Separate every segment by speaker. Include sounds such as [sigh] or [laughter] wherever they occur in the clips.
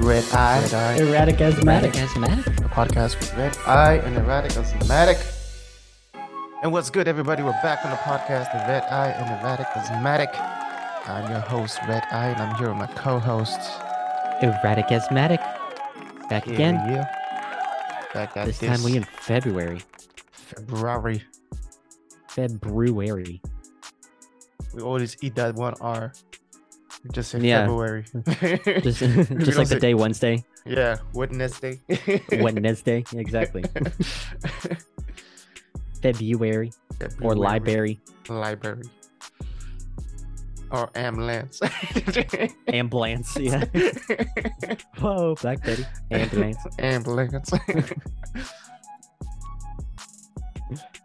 Speaker 1: Red Eye. Red Eye.
Speaker 2: Erratic
Speaker 3: Erratic
Speaker 2: asthmatic.
Speaker 3: asthmatic.
Speaker 1: A podcast with Red Eye and Erratic Asthmatic. And what's good, everybody? We're back on the podcast of Red Eye and Erratic Asthmatic. I'm your host, Red Eye, and I'm here with my co-host.
Speaker 3: Erratic asthmatic. Back
Speaker 1: Here
Speaker 3: again.
Speaker 1: we are. Back at
Speaker 3: This time we in February.
Speaker 1: February. [laughs]
Speaker 3: February.
Speaker 1: We always eat that one R. We just say
Speaker 3: Yeah.
Speaker 1: February.
Speaker 3: [laughs]
Speaker 1: [laughs]
Speaker 3: Just,
Speaker 1: We
Speaker 3: [laughs] just
Speaker 1: don't
Speaker 3: like the
Speaker 1: say- [laughs]
Speaker 3: day Wednesday.
Speaker 1: Yeah, [laughs] Wednesday.
Speaker 3: Wednesday. Exactly. February or
Speaker 1: February.
Speaker 3: library
Speaker 1: Library. Or ambulance. [laughs]
Speaker 3: ambulance. [laughs] Yeah. Whoa, Black
Speaker 1: [laughs]
Speaker 3: Betty ambulance. [laughs]
Speaker 1: ambulance.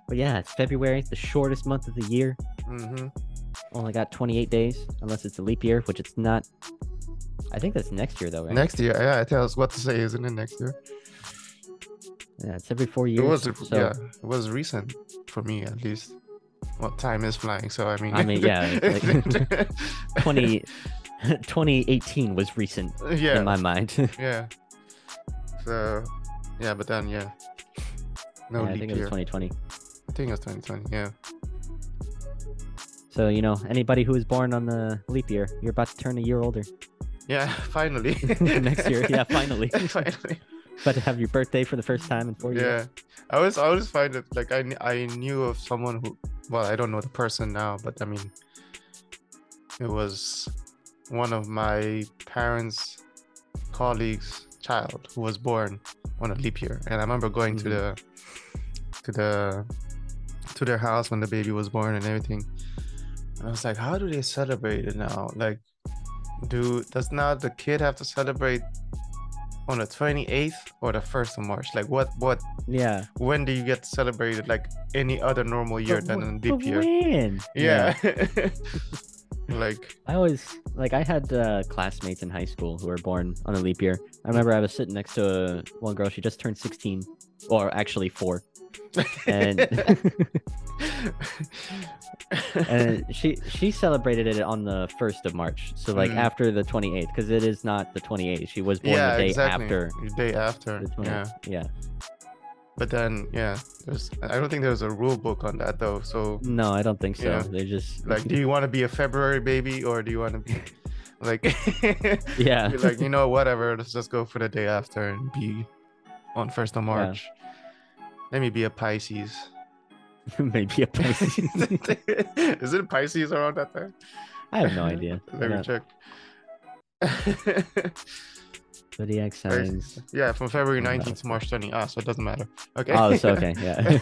Speaker 3: But yeah, it's February. It's the shortest month of the year.
Speaker 1: hmm
Speaker 3: Only got 28 days, unless it's a leap year, which it's not. I think that's next year though, right?
Speaker 1: Next year, yeah, it tells what to say, isn't it? Next year,
Speaker 3: Yeah, it's every four years.
Speaker 1: it was,
Speaker 3: so,
Speaker 1: yeah, it was recent for me at least. Well, time is flying, so I mean,
Speaker 3: I mean, yeah,
Speaker 1: [laughs]
Speaker 3: it's 20, 2018 was recent
Speaker 1: yeah,
Speaker 3: in my mind. [laughs]
Speaker 1: yeah. So, yeah, but then, yeah, no
Speaker 3: yeah, I
Speaker 1: leap
Speaker 3: think it was
Speaker 1: year.
Speaker 3: 2020.
Speaker 1: I think it was 2020. Yeah,
Speaker 3: So you know, anybody who was born on the leap year, you're about to turn a year older [laughs]
Speaker 1: yeah, [laughs] finally.
Speaker 3: next year.
Speaker 1: [laughs]
Speaker 3: Yeah, finally,
Speaker 1: finally.
Speaker 3: about to have your birthday for the first time in four
Speaker 1: Yeah,
Speaker 3: years.
Speaker 1: I always I always find it like I kn- I knew of someone who well I don't know the person now but I mean it was one of my parents' colleagues' child who was born on a leap year and I remember going to the to the to their house when the baby was born and everything and I was like how do they celebrate it now like do does now the kid have to celebrate on the 28th or the 1st of March like what what
Speaker 3: Yeah,
Speaker 1: when do you get celebrated like any other normal year
Speaker 3: But
Speaker 1: than
Speaker 3: wh-
Speaker 1: a
Speaker 3: but
Speaker 1: deep year?
Speaker 3: when?
Speaker 1: Yeah. [laughs] like
Speaker 3: I always like I had uh, classmates in high school who were born on a leap year. I remember I was sitting next to uh, one girl. She just turned 16, or actually four,
Speaker 1: [laughs]
Speaker 3: and [laughs]
Speaker 1: [laughs]
Speaker 3: and she she celebrated it on the first of March. So like
Speaker 1: Mm.
Speaker 3: after the 28th, because it is not the 28th. She was born
Speaker 1: yeah,
Speaker 3: the day
Speaker 1: exactly.
Speaker 3: after.
Speaker 1: The day after.
Speaker 3: The 28th.
Speaker 1: Yeah.
Speaker 3: yeah.
Speaker 1: But then yeah, there's I don't think there's a rule book on that though. So
Speaker 3: No, I don't think so.
Speaker 1: Yeah.
Speaker 3: They just
Speaker 1: like do you want to be a February baby or do you want to be like
Speaker 3: [laughs]
Speaker 1: [laughs]
Speaker 3: yeah,
Speaker 1: be like, you know, whatever, let's just go for the day after and be on first of March. Let me be a Pisces.
Speaker 3: [laughs] maybe
Speaker 1: [laughs]
Speaker 3: a [laughs] Pisces.
Speaker 1: Is it Pisces around that time?
Speaker 3: I have no idea.
Speaker 1: [laughs] Let me
Speaker 3: No,
Speaker 1: check.
Speaker 3: Zodiac signs.
Speaker 1: yeah, from February
Speaker 3: Oh, no.
Speaker 1: 19th to March 20. Ah, so it doesn't matter. Okay.
Speaker 3: Oh, it's okay. Yeah,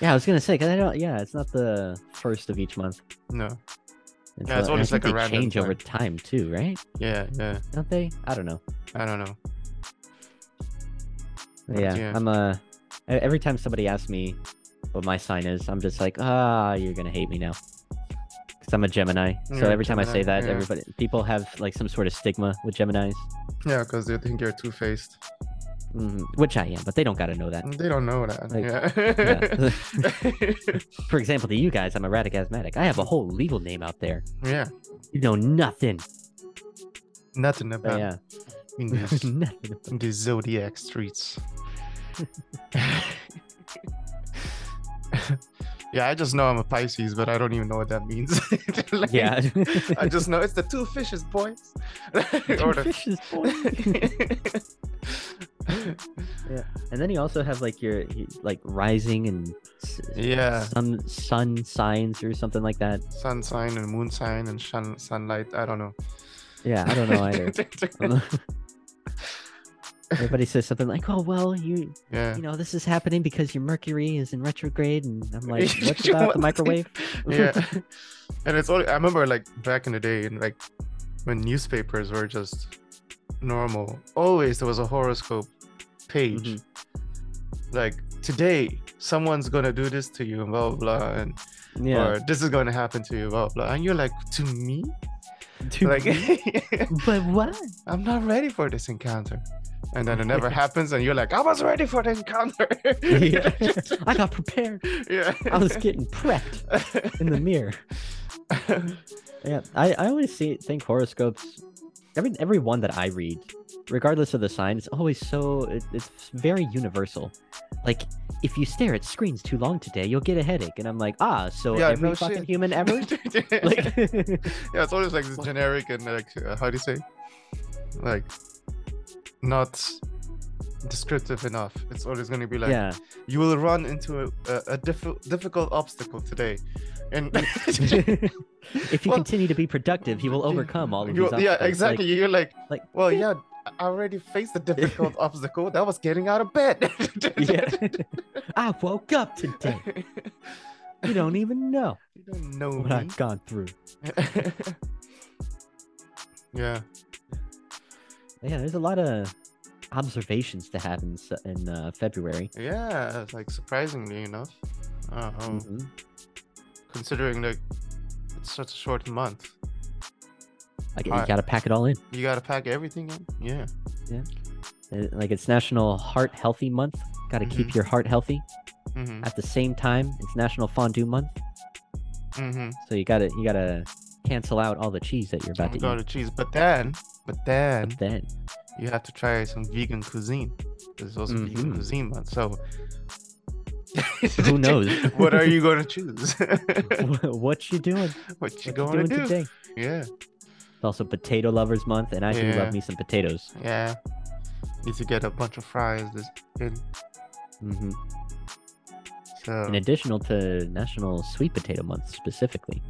Speaker 3: yeah. I was gonna say because I don't. Yeah, it's not the first of each month.
Speaker 1: [laughs] no. Yeah,
Speaker 3: It's,
Speaker 1: it's
Speaker 3: not- and
Speaker 1: always
Speaker 3: I
Speaker 1: like
Speaker 3: think
Speaker 1: a
Speaker 3: they
Speaker 1: random
Speaker 3: change over time too, right?
Speaker 1: Yeah, yeah.
Speaker 3: Don't they? I don't know.
Speaker 1: I don't know. But
Speaker 3: Yeah,
Speaker 1: yeah.
Speaker 3: I'm uh e- Every time somebody asks me what my sign is, I'm just like, ah, you're gonna hate me now. Because I'm a Gemini, so
Speaker 1: You're a
Speaker 3: every time I say
Speaker 1: Gemini,
Speaker 3: that,
Speaker 1: yeah.
Speaker 3: everybody people have like some sort of stigma with Geminis,
Speaker 1: Yeah, because they think you're two faced.
Speaker 3: Mhm, which I am, but they don't gotta know that.
Speaker 1: They don't know that.
Speaker 3: Like,
Speaker 1: [laughs] yeah.
Speaker 3: For example, to you guys, I'm erratic asthmatic. I have a whole legal name out there.
Speaker 1: [laughs] yeah.
Speaker 3: You know nothing.
Speaker 1: Nothing
Speaker 3: But
Speaker 1: about
Speaker 3: yeah,
Speaker 1: in these,
Speaker 3: [laughs] nothing.
Speaker 1: in these zodiac streets. yeah, I just know I'm a Pisces, but I don't even know what that means. [laughs] [laughs] Like,
Speaker 3: Yeah, [laughs]
Speaker 1: I just know it's the two fishes, boys. [laughs] or the [laughs]
Speaker 3: Fishes, boy. and then you also have like your y- like rising and s-
Speaker 1: yeah,
Speaker 3: some sun signs or something like that.
Speaker 1: sun sign and moon sign and sun sunlight. I don't know. [laughs]
Speaker 3: Yeah, I don't know either. [laughs] Everybody says something like, "Oh well, you
Speaker 1: yeah.
Speaker 3: you know this is happening because your Mercury is in retrograde," and I'm
Speaker 1: [laughs]
Speaker 3: like, "What's
Speaker 1: You
Speaker 3: about
Speaker 1: want
Speaker 3: the
Speaker 1: to-
Speaker 3: microwave?" [laughs]
Speaker 1: yeah. And it's only I remember like back in the day and like when newspapers were just normal. Always there was a horoscope page.
Speaker 3: Mhm. Mm-hmm.
Speaker 1: Like today someone's gonna do this to you and blah blah blah and [laughs]
Speaker 3: yeah,
Speaker 1: or this is gonna happen to you, blah blah. And you're like, to me?
Speaker 3: To
Speaker 1: Like
Speaker 3: me? but what?
Speaker 1: [laughs] I'm not ready for this encounter. And then it
Speaker 3: [laughs]
Speaker 1: never happens, and you're like, I was ready for the encounter.
Speaker 3: Yeah. [laughs] I got prepared.
Speaker 1: [laughs] yeah.
Speaker 3: I was getting prepped
Speaker 1: [laughs]
Speaker 3: in the mirror. Yeah, I, I always see think horoscopes every every one that I read, regardless of the sign, it's always so it, it's very universal. Like if you stare at screens too long today, you'll get a headache. And I'm like, ah, so
Speaker 1: Yeah,
Speaker 3: every
Speaker 1: no
Speaker 3: fucking
Speaker 1: shit. [laughs]
Speaker 3: human ever.
Speaker 1: like,
Speaker 3: [laughs] like,
Speaker 1: yeah, it's always like this generic and like uh, how do you say, like, not descriptive enough. It's always going to be like [laughs]
Speaker 3: [laughs] yeah,
Speaker 1: you will run into a, a, a diff- difficult obstacle today,
Speaker 3: [laughs]
Speaker 1: and [laughs]
Speaker 3: if you
Speaker 1: Well,
Speaker 3: continue to be productive, he will overcome all of
Speaker 1: you-
Speaker 3: these.
Speaker 1: yeah,
Speaker 3: obstacles. Like,
Speaker 1: exactly. You're like,
Speaker 3: like,
Speaker 1: well, yeah, I already
Speaker 3: [laughs]
Speaker 1: faced the difficult obstacle. That was getting out of bed.
Speaker 3: yeah.
Speaker 1: [laughs]
Speaker 3: [laughs] I woke up today. You don't even know
Speaker 1: you don't know
Speaker 3: what
Speaker 1: me.
Speaker 3: I've gone through.
Speaker 1: [laughs] yeah,
Speaker 3: Yeah, there's a lot of observations to have in, s- in uh, February.
Speaker 1: yeah. Like surprisingly enough, uh, um,
Speaker 3: Mhm.
Speaker 1: considering like it's such a short month,
Speaker 3: Like,
Speaker 1: I-
Speaker 3: you got to pack it all in.
Speaker 1: you gotta pack everything in. Yeah,
Speaker 3: Uh, Like it's National Heart Healthy Month. Got to keep your heart healthy.
Speaker 1: mm-hmm.
Speaker 3: At the same time, it's National Fondue Month,
Speaker 1: Mm-hmm.
Speaker 3: so you got to you got to cancel out all the cheese that you're about to
Speaker 1: gotta
Speaker 3: eat.
Speaker 1: cheese, but then, but then
Speaker 3: But then,
Speaker 1: you have to try some vegan cuisine. There's also vegan
Speaker 3: Mhm.
Speaker 1: cuisine month, so
Speaker 3: who knows?
Speaker 1: [laughs] what are you gonna [laughs] choose?
Speaker 3: [laughs] Wh- what you doing?
Speaker 1: what you
Speaker 3: What
Speaker 1: gonna
Speaker 3: doing
Speaker 1: do?
Speaker 3: today?
Speaker 1: Yeah,
Speaker 3: It's also Potato Lovers Month, and I do
Speaker 1: Yeah.
Speaker 3: love me some potatoes.
Speaker 1: yeah. Need to get a bunch of fries. This and
Speaker 3: hmm
Speaker 1: so
Speaker 3: In additional to National Sweet Potato Month specifically.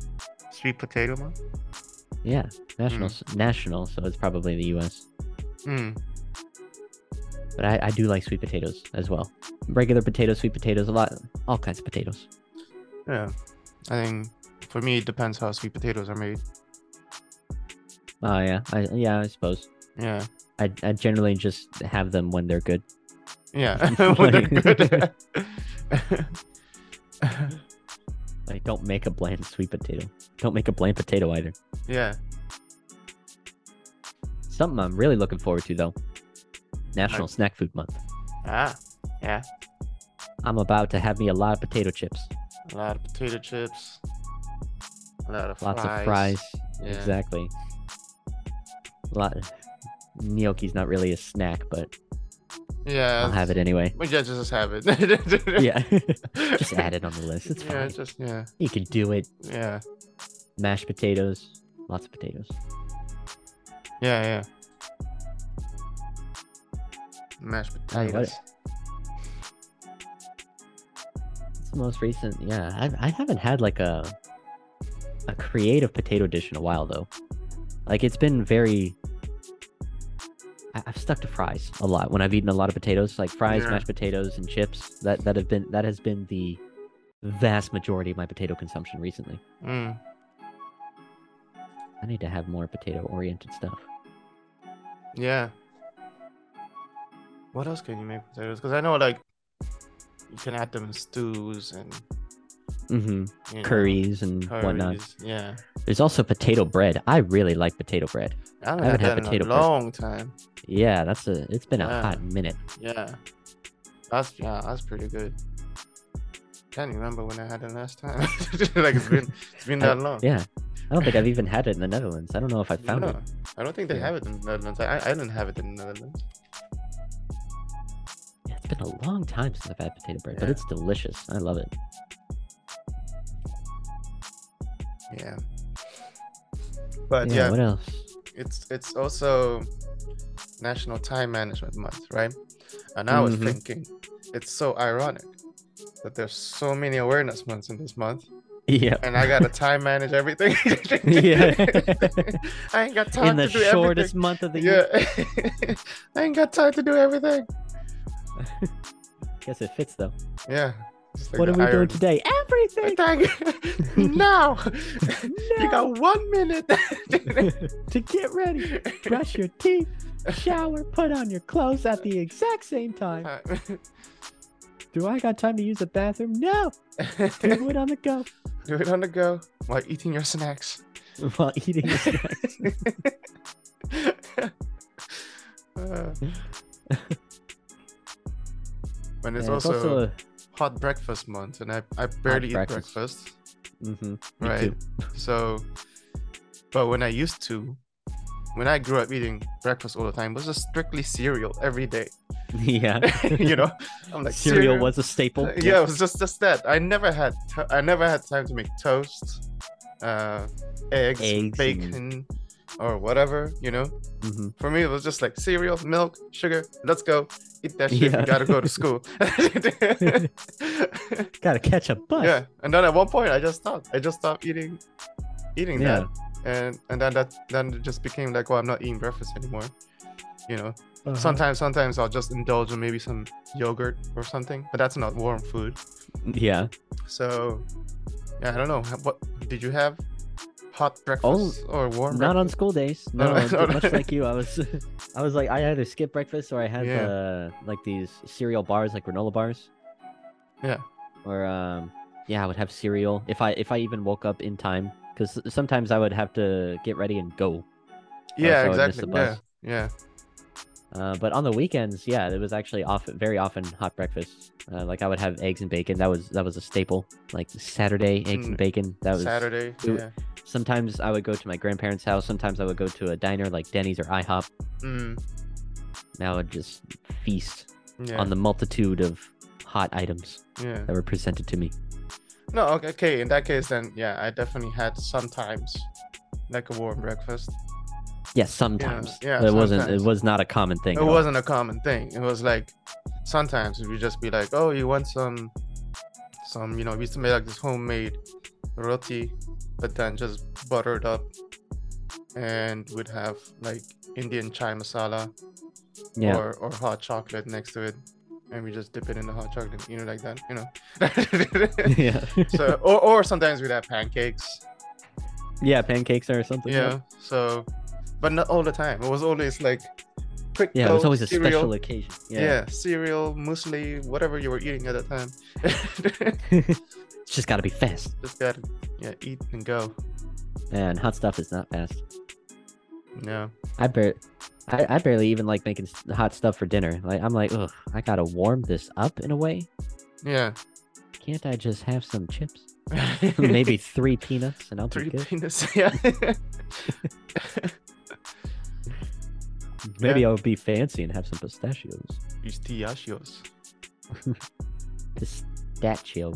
Speaker 1: sweet potato month.
Speaker 3: Yeah, national, s national. So it's probably in the U.S.
Speaker 1: Mm.
Speaker 3: But I, I do like sweet potatoes as well. Regular potatoes, sweet potatoes, a lot, all kinds of potatoes.
Speaker 1: Yeah, I think for me it depends how sweet potatoes are made.
Speaker 3: Oh yeah, I, yeah, I suppose.
Speaker 1: Yeah,
Speaker 3: I, I generally just have them when they're good. [laughs]
Speaker 1: yeah. [laughs] when they're good. [laughs]
Speaker 3: Like, don't make a bland [laughs] sweet potato. Don't make a bland potato either.
Speaker 1: yeah.
Speaker 3: Something I'm really looking forward to though. National Snack Food Month.
Speaker 1: Ah, yeah.
Speaker 3: I'm about to have me a lot of potato chips,
Speaker 1: A lot of potato chips. A lot of
Speaker 3: lots
Speaker 1: fries.
Speaker 3: of fries.
Speaker 1: Yeah.
Speaker 3: Exactly. A lot. Gnocchi's not really a snack, but
Speaker 1: Yeah.
Speaker 3: I'll have
Speaker 1: [laughs]
Speaker 3: it anyway.
Speaker 1: Well, yeah, just have it.
Speaker 3: Yeah, [laughs] just add it on the list. It's
Speaker 1: yeah,
Speaker 3: fine.
Speaker 1: just yeah,
Speaker 3: You can do it.
Speaker 1: yeah,
Speaker 3: Mashed potatoes, lots of potatoes.
Speaker 1: yeah, yeah. Mashed
Speaker 3: Tell you what.
Speaker 1: potatoes.
Speaker 3: It's the most recent. Yeah, I, I haven't had like a a creative potato dish in a while though. Like it's been very. I, I've stuck to fries a lot when I've eaten a lot of potatoes, like fries,
Speaker 1: Yeah.
Speaker 3: mashed potatoes, and chips. That that have been that has been the vast majority of my potato consumption recently.
Speaker 1: Mm.
Speaker 3: I need to have more potato oriented stuff.
Speaker 1: Yeah. What else can you make with potatoes? Because I know like you can add them in stews and you
Speaker 3: Mm-hmm.
Speaker 1: know,
Speaker 3: Curries and whatnot.
Speaker 1: curries, Yeah,
Speaker 3: There's also potato bread. I really like potato bread.
Speaker 1: I haven't
Speaker 3: I
Speaker 1: had
Speaker 3: haven't had
Speaker 1: that in a
Speaker 3: potato bread.
Speaker 1: long time.
Speaker 3: Yeah, that's a. It's been a
Speaker 1: Yeah.
Speaker 3: hot minute.
Speaker 1: Yeah, that's yeah, that's pretty good. Can't remember when I had it last time. [laughs] like it's been it's been
Speaker 3: I-
Speaker 1: that long.
Speaker 3: Yeah, I don't think I've even had it in the Netherlands. I don't know if I found it.
Speaker 1: No, I don't think they
Speaker 3: Yeah.
Speaker 1: have it in the Netherlands. I, I didn't have it in the Netherlands.
Speaker 3: Yeah, it's been a long time since I've had potato bread, but
Speaker 1: Yeah.
Speaker 3: it's delicious. I love it.
Speaker 1: Yeah. But
Speaker 3: yeah,
Speaker 1: yeah,
Speaker 3: What else? [laughs]
Speaker 1: it's it's also National Time Management Month, right? And I was
Speaker 3: Mhm.
Speaker 1: thinking, it's so ironic that there's so many awareness months in this month,
Speaker 3: Yeah.
Speaker 1: and I gotta time manage
Speaker 3: [laughs]
Speaker 1: everything.
Speaker 3: Yeah.
Speaker 1: I ain't got time
Speaker 3: In the
Speaker 1: to do
Speaker 3: shortest month of the
Speaker 1: everything.
Speaker 3: year.
Speaker 1: Yeah, [laughs] I ain't got time to do everything.
Speaker 3: Guess it fits though.
Speaker 1: Yeah. Just like
Speaker 3: what are
Speaker 1: the
Speaker 3: we doing
Speaker 1: irony.
Speaker 3: today?
Speaker 1: [laughs]
Speaker 3: Everything.
Speaker 1: Attack.
Speaker 3: [laughs]
Speaker 1: now. You got one minute. [laughs]
Speaker 3: to get ready, brush your
Speaker 1: [laughs]
Speaker 3: teeth, shower, put on your clothes at the exact same time. Do I got time to use the bathroom? No. Do it on
Speaker 1: [laughs]
Speaker 3: the go
Speaker 1: Do it on the go while eating your snacks.
Speaker 3: while eating. a
Speaker 1: [laughs]
Speaker 3: snack. [laughs]
Speaker 1: Uh, and it's
Speaker 3: And
Speaker 1: also,
Speaker 3: a-
Speaker 1: hot breakfast month, and I, I barely eat
Speaker 3: breakfast.
Speaker 1: breakfast.
Speaker 3: Mhm, me
Speaker 1: right?
Speaker 3: too.
Speaker 1: So, but when I used to, when I grew up eating breakfast all the time was just strictly cereal every day.
Speaker 3: [laughs]
Speaker 1: [laughs]
Speaker 3: yeah.
Speaker 1: you
Speaker 3: [laughs]
Speaker 1: know, I'm like
Speaker 3: cereal was a staple.
Speaker 1: Uh, yeah, it was just just that. I never had to- I never had time to make toast, uh, eggs,
Speaker 3: Eggs and-
Speaker 1: bacon, or whatever. You know,
Speaker 3: hmm
Speaker 1: for me it was just like cereal, milk, sugar. Let's go eat that shit.
Speaker 3: Yeah.
Speaker 1: We gotta go to
Speaker 3: [laughs]
Speaker 1: school. [laughs]
Speaker 3: Gotta catch a bus.
Speaker 1: yeah, and then at one point I just stopped. I just stopped eating, eating
Speaker 3: Yeah.
Speaker 1: that, and and then that then it just became like, well, I'm not eating breakfast anymore. You know,
Speaker 3: Uh-huh.
Speaker 1: sometimes sometimes I'll just indulge in maybe some yogurt or something, but that's not warm food.
Speaker 3: Yeah.
Speaker 1: So, yeah, I don't know. Ha- What did you have? Hot breakfast or warm?
Speaker 3: Oh, Not on
Speaker 1: breakfast?
Speaker 3: school days.
Speaker 1: No,
Speaker 3: No,
Speaker 1: [laughs] no,
Speaker 3: much
Speaker 1: no.
Speaker 3: like you, I was, [laughs] I was like, I either skip breakfast or I had
Speaker 1: Yeah.
Speaker 3: uh, like these cereal bars, like granola bars.
Speaker 1: Yeah.
Speaker 3: Or um, yeah, I would have cereal if I if I even woke up in time, because sometimes I would have to get ready and go.
Speaker 1: Yeah,
Speaker 3: so I would miss the
Speaker 1: exactly. Yeah,
Speaker 3: bus.
Speaker 1: yeah.
Speaker 3: Uh, but on the weekends, yeah, it was actually often very often hot breakfast. Uh, like I would have eggs and bacon. That was that was a staple. Like Saturday, eggs
Speaker 1: Mm.
Speaker 3: and bacon. That was
Speaker 1: Saturday.
Speaker 3: it-
Speaker 1: yeah.
Speaker 3: Sometimes I would go to my grandparents' house. Sometimes I would go to a diner like Denny's or IHOP.
Speaker 1: Mm,
Speaker 3: And I would just feast
Speaker 1: yeah.
Speaker 3: on the multitude of hot items
Speaker 1: yeah.
Speaker 3: that were presented to me.
Speaker 1: No. Okay, okay. In that case, then yeah, I definitely had sometimes like a warm breakfast.
Speaker 3: Yeah, sometimes.
Speaker 1: yeah,
Speaker 3: But it wasn't. It
Speaker 1: sometimes.
Speaker 3: was not a common thing.
Speaker 1: It
Speaker 3: at all.
Speaker 1: wasn't a common thing. It was like sometimes we just be like, oh, you want some, some, you know, we used to make like this homemade roti, but then just buttered up, and would have like Indian chai masala.
Speaker 3: Yeah.
Speaker 1: or, or hot chocolate next to it and we just dip it in the hot chocolate you know like that you
Speaker 3: [laughs]
Speaker 1: know
Speaker 3: yeah.
Speaker 1: so or, or sometimes we'd have pancakes
Speaker 3: yeah, pancakes or something.
Speaker 1: yeah so but not all the time it was always like quick
Speaker 3: Yeah, it was
Speaker 1: bowl
Speaker 3: always a
Speaker 1: cereal,
Speaker 3: special occasion.
Speaker 1: yeah.
Speaker 3: Yeah.
Speaker 1: cereal muesli whatever you were eating at that time [laughs]
Speaker 3: [laughs] it's just got to be fast,
Speaker 1: just gotta yeah eat and go
Speaker 3: and hot stuff is not fast.
Speaker 1: yeah
Speaker 3: I bar- I, I barely even like making s- hot stuff for dinner. Like I'm like, ugh, I gotta warm this up in a way.
Speaker 1: yeah
Speaker 3: Can't I just have some chips? [laughs] Maybe three peanuts, and I'll
Speaker 1: [laughs] three
Speaker 3: be good. [laughs]
Speaker 1: penis [laughs] yeah
Speaker 3: Maybe I'll be fancy and have some pistachios.
Speaker 1: pistachios
Speaker 3: Pistachio.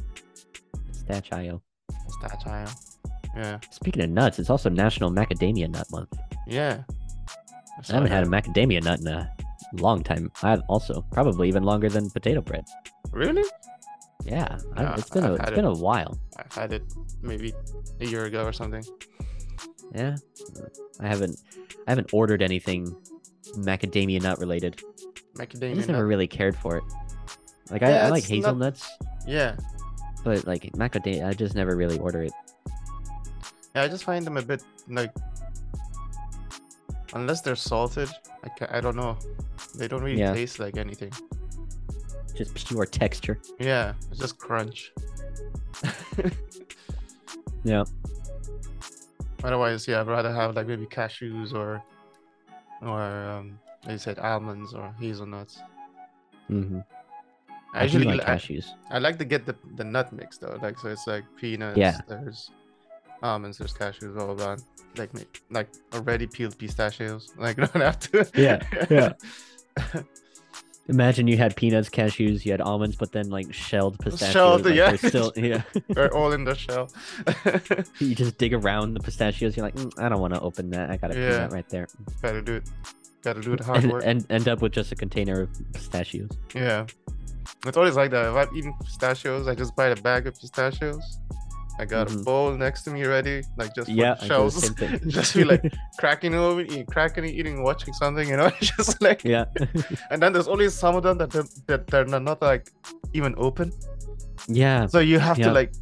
Speaker 3: Pistachio.
Speaker 1: pistachio yeah
Speaker 3: Speaking of nuts, it's also National Macadamia Nut Month.
Speaker 1: yeah
Speaker 3: I haven't had a macadamia nut in a long time. I've also probably even longer than potato bread.
Speaker 1: really
Speaker 3: Yeah, I-
Speaker 1: Yeah,
Speaker 3: it's been
Speaker 1: I've
Speaker 3: a,
Speaker 1: had
Speaker 3: it's
Speaker 1: it.
Speaker 3: been a while.
Speaker 1: I had it maybe a year ago or something.
Speaker 3: Yeah, I haven't I haven't ordered anything macadamia nut related. I
Speaker 1: Macadamia
Speaker 3: just
Speaker 1: nut.
Speaker 3: never really cared for it. Like
Speaker 1: Yeah,
Speaker 3: I, I like
Speaker 1: it's not-
Speaker 3: hazelnuts,
Speaker 1: Yeah.
Speaker 3: but like macadamia, I just never really order it.
Speaker 1: yeah, I just find them a bit like, unless they're salted, I ca I don't know. They don't really
Speaker 3: Yeah.
Speaker 1: taste like anything.
Speaker 3: Just pure texture.
Speaker 1: Yeah, it's just
Speaker 3: [laughs]
Speaker 1: crunch.
Speaker 3: Yeah,
Speaker 1: Otherwise, yeah, I'd rather have like maybe cashews or, or um, like you said, almonds or hazelnuts.
Speaker 3: hmm
Speaker 1: I,
Speaker 3: I, do
Speaker 1: usually
Speaker 3: like
Speaker 1: I-
Speaker 3: cashews.
Speaker 1: I like to get the, the nut mix though, like so it's like peanuts,
Speaker 3: Yeah.
Speaker 1: there's almonds, there's cashews, blah blah blah. Like ma- like already peeled pistachios. [laughs] Like don't have to.
Speaker 3: Yeah, yeah. Imagine you had peanuts, cashews, you had almonds, but then like shelled pistachios. like,
Speaker 1: yeah. [laughs]
Speaker 3: they're Still, yeah.
Speaker 1: [laughs]
Speaker 3: [laughs]
Speaker 1: They're all in the shell. [laughs]
Speaker 3: you just dig around the pistachios. You're like, "Mm, I don't want to open that. I got to
Speaker 1: Yeah.
Speaker 3: that right there,
Speaker 1: Gotta do it. Gotta do the hard
Speaker 3: and,
Speaker 1: work.
Speaker 3: and end up with just a container of pistachios.
Speaker 1: Yeah. It's always like that. If I'm eating pistachios, I just buy the bag of pistachios. I got a
Speaker 3: Mhm.
Speaker 1: bowl next to me ready, like just
Speaker 3: yeah,
Speaker 1: for the
Speaker 3: I do the
Speaker 1: shells.
Speaker 3: same thing.
Speaker 1: just be like [laughs] cracking over, eating, cracking, eating, watching something, you know, [laughs] just like
Speaker 3: [laughs] yeah, [laughs]
Speaker 1: And then there's only some of them that they're, that they're not, not, like even open.
Speaker 3: yeah.
Speaker 1: So you have
Speaker 3: Yeah.
Speaker 1: to like,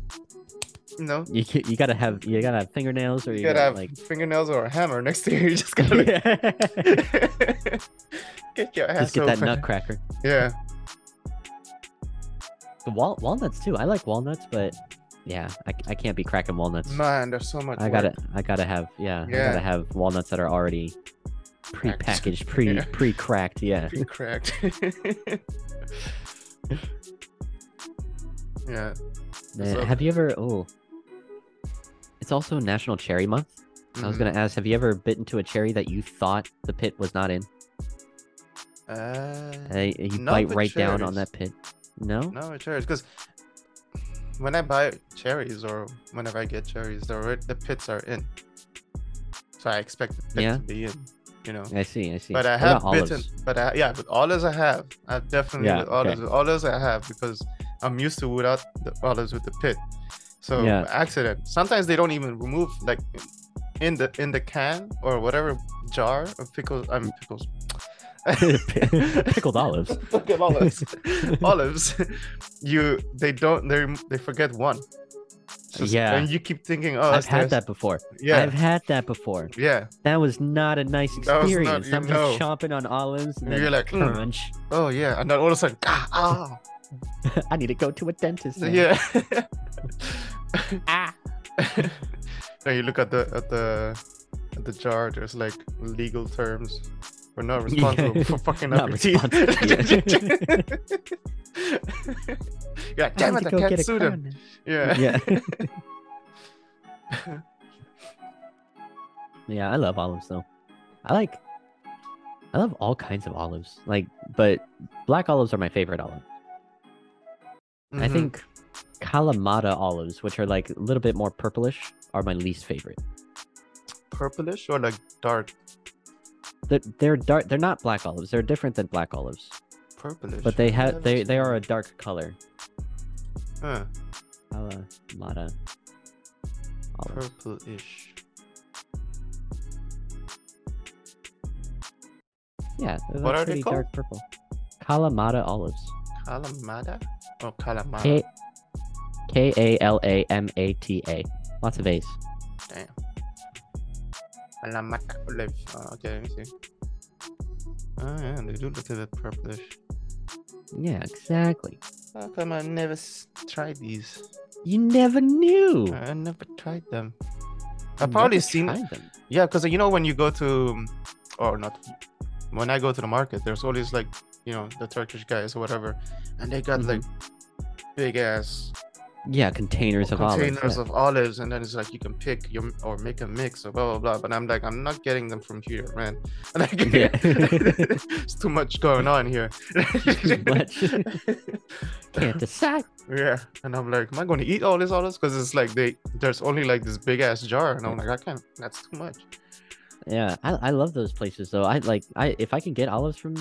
Speaker 1: you know,
Speaker 3: You ca- you gotta have you gotta have fingernails or
Speaker 1: you
Speaker 3: you
Speaker 1: gotta have
Speaker 3: like
Speaker 1: fingernails or a hammer next to you. [laughs] You just gotta like,
Speaker 3: [laughs] just
Speaker 1: [laughs] get your ass
Speaker 3: get that
Speaker 1: open.
Speaker 3: nutcracker.
Speaker 1: Yeah,
Speaker 3: The wal- walnuts too. I like walnuts, but yeah, I, I can't be cracking walnuts.
Speaker 1: man, there's so much.
Speaker 3: I gotta I gotta have yeah, I
Speaker 1: Yeah.
Speaker 3: gotta have walnuts that are already
Speaker 1: Cracked. [laughs]
Speaker 3: pre-packaged, pre
Speaker 1: Yeah.
Speaker 3: pre
Speaker 1: [laughs]
Speaker 3: cracked. Yeah, Uh,
Speaker 1: be cracked. yeah.
Speaker 3: Man,
Speaker 1: So-
Speaker 3: have you ever? Oh, it's also National Cherry Month. I was
Speaker 1: Mhm.
Speaker 3: gonna ask, have you ever bitten to a cherry that you thought the pit was not in?
Speaker 1: Uh,
Speaker 3: And you
Speaker 1: Not
Speaker 3: bite
Speaker 1: the
Speaker 3: right down on
Speaker 1: cherries.
Speaker 3: that pit. No?
Speaker 1: no cherries, because when I buy cherries or whenever I get cherries, the alre- the pits are in, so I expect the pit
Speaker 3: Yeah.
Speaker 1: to be in. You know,
Speaker 3: I see. I see.
Speaker 1: but I
Speaker 3: What
Speaker 1: have
Speaker 3: about
Speaker 1: bitten.
Speaker 3: olives?
Speaker 1: But I, yeah, with olives I have. I definitely
Speaker 3: Yeah,
Speaker 1: with olives.
Speaker 3: okay.
Speaker 1: With olives I have because I'm used to without the olives with the pit. So
Speaker 3: Yeah.
Speaker 1: accident. Sometimes they don't even remove like in the in the can or whatever jar of pickles. I mean pickles. [laughs]
Speaker 3: Pickled olives. [laughs]
Speaker 1: Fucking olives. [laughs] olives. [laughs] You they don't they they forget one. So-
Speaker 3: Yeah.
Speaker 1: And you keep thinking, oh,
Speaker 3: I've
Speaker 1: it's theirs.
Speaker 3: had that before.
Speaker 1: Yeah.
Speaker 3: I've had that before.
Speaker 1: yeah.
Speaker 3: That was not a nice
Speaker 1: That was not-
Speaker 3: experience.
Speaker 1: you
Speaker 3: I'm
Speaker 1: know.
Speaker 3: just chomping on olives and then
Speaker 1: You're like, "Mm,
Speaker 3: crunch. [laughs]
Speaker 1: oh yeah, and then all of a sudden, [laughs] ah, ah
Speaker 3: I need to go to a dentist. now.
Speaker 1: yeah.
Speaker 3: [laughs]
Speaker 1: [laughs]
Speaker 3: Ah.
Speaker 1: then you look at the at the at the jar. There's like legal terms. We're not
Speaker 3: [laughs] Yeah.
Speaker 1: responsible for fucking
Speaker 3: Not
Speaker 1: up your teeth.
Speaker 3: responsible,
Speaker 1: [laughs] yeah,
Speaker 3: I
Speaker 1: damn
Speaker 3: need
Speaker 1: it! I
Speaker 3: to go get
Speaker 1: can't
Speaker 3: a
Speaker 1: sue them.
Speaker 3: crown now.
Speaker 1: [laughs] Yeah.
Speaker 3: Yeah. [laughs] yeah, I love olives though. I like I love all kinds of olives. Like but black olives are my favorite olive. I
Speaker 1: Mhm.
Speaker 3: think Kalamata olives, which are like a little bit more purplish, are my least favorite.
Speaker 1: purplish or like dark
Speaker 3: They're, they're dark. They're not black olives. They're different than black olives,
Speaker 1: purplish.
Speaker 3: but they
Speaker 1: I've
Speaker 3: have
Speaker 1: never
Speaker 3: they
Speaker 1: seen
Speaker 3: they are a
Speaker 1: that.
Speaker 3: dark color.
Speaker 1: Huh,
Speaker 3: Kalamata olives.
Speaker 1: purplish.
Speaker 3: Yeah, they're
Speaker 1: What
Speaker 3: like
Speaker 1: are they
Speaker 3: pretty dark purple. Kalamata olives.
Speaker 1: Kalamata or Kalamata?
Speaker 3: K K A L A M A T A. Lots of A's.
Speaker 1: Damn. Alamata olive. Oh, okay, let me see. Oh yeah, they do look a bit purplish.
Speaker 3: Yeah, exactly.
Speaker 1: How come I never s- tried these?
Speaker 3: You never knew.
Speaker 1: I never tried them.
Speaker 3: You
Speaker 1: I've probably
Speaker 3: Uh, never
Speaker 1: seen.
Speaker 3: tried them.
Speaker 1: Yeah, because you know when you go to, or not, when I go to the market, there's always like you know the Turkish guys or whatever, and they got
Speaker 3: Mhm.
Speaker 1: like big ass
Speaker 3: Yeah, containers Mm-hmm. of olives.
Speaker 1: containers
Speaker 3: yeah. [laughs]
Speaker 1: of olives, and then it's like you can pick your or make a mix or blah blah blah. But I'm like, I'm not getting them from here, man. [laughs] Like,
Speaker 3: Yeah.
Speaker 1: it's too much going on here.
Speaker 3: [laughs] Too much.
Speaker 1: [laughs]
Speaker 3: Can't decide.
Speaker 1: Yeah, and I'm like, am I going to eat all this olives? Because it's like they there's only like this big ass jar, and I'm like, I can't. That's too much.
Speaker 3: Yeah, I, I love those places though. I like I if I can get olives from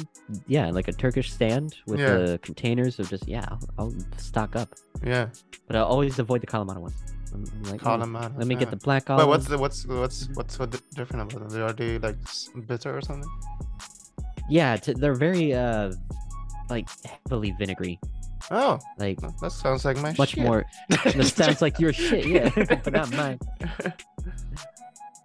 Speaker 3: yeah like a Turkish stand with
Speaker 1: Yeah.
Speaker 3: the containers of just yeah I'll, I'll stock up.
Speaker 1: Yeah,
Speaker 3: But I always avoid the Kalamata ones. I'm, I'm like,
Speaker 1: call
Speaker 3: "Mm,
Speaker 1: them out.
Speaker 3: let me
Speaker 1: yeah.
Speaker 3: get the black olives.
Speaker 1: But what's the what's what's what's so di- different about them? Are they like s- bitter or something?
Speaker 3: Yeah, t- they're very uh like heavily vinegary.
Speaker 1: Oh,
Speaker 3: Like
Speaker 1: no, that sounds like my
Speaker 3: much
Speaker 1: shit. [laughs]
Speaker 3: more. [laughs] That sounds like your shit, [laughs] yeah, but not mine.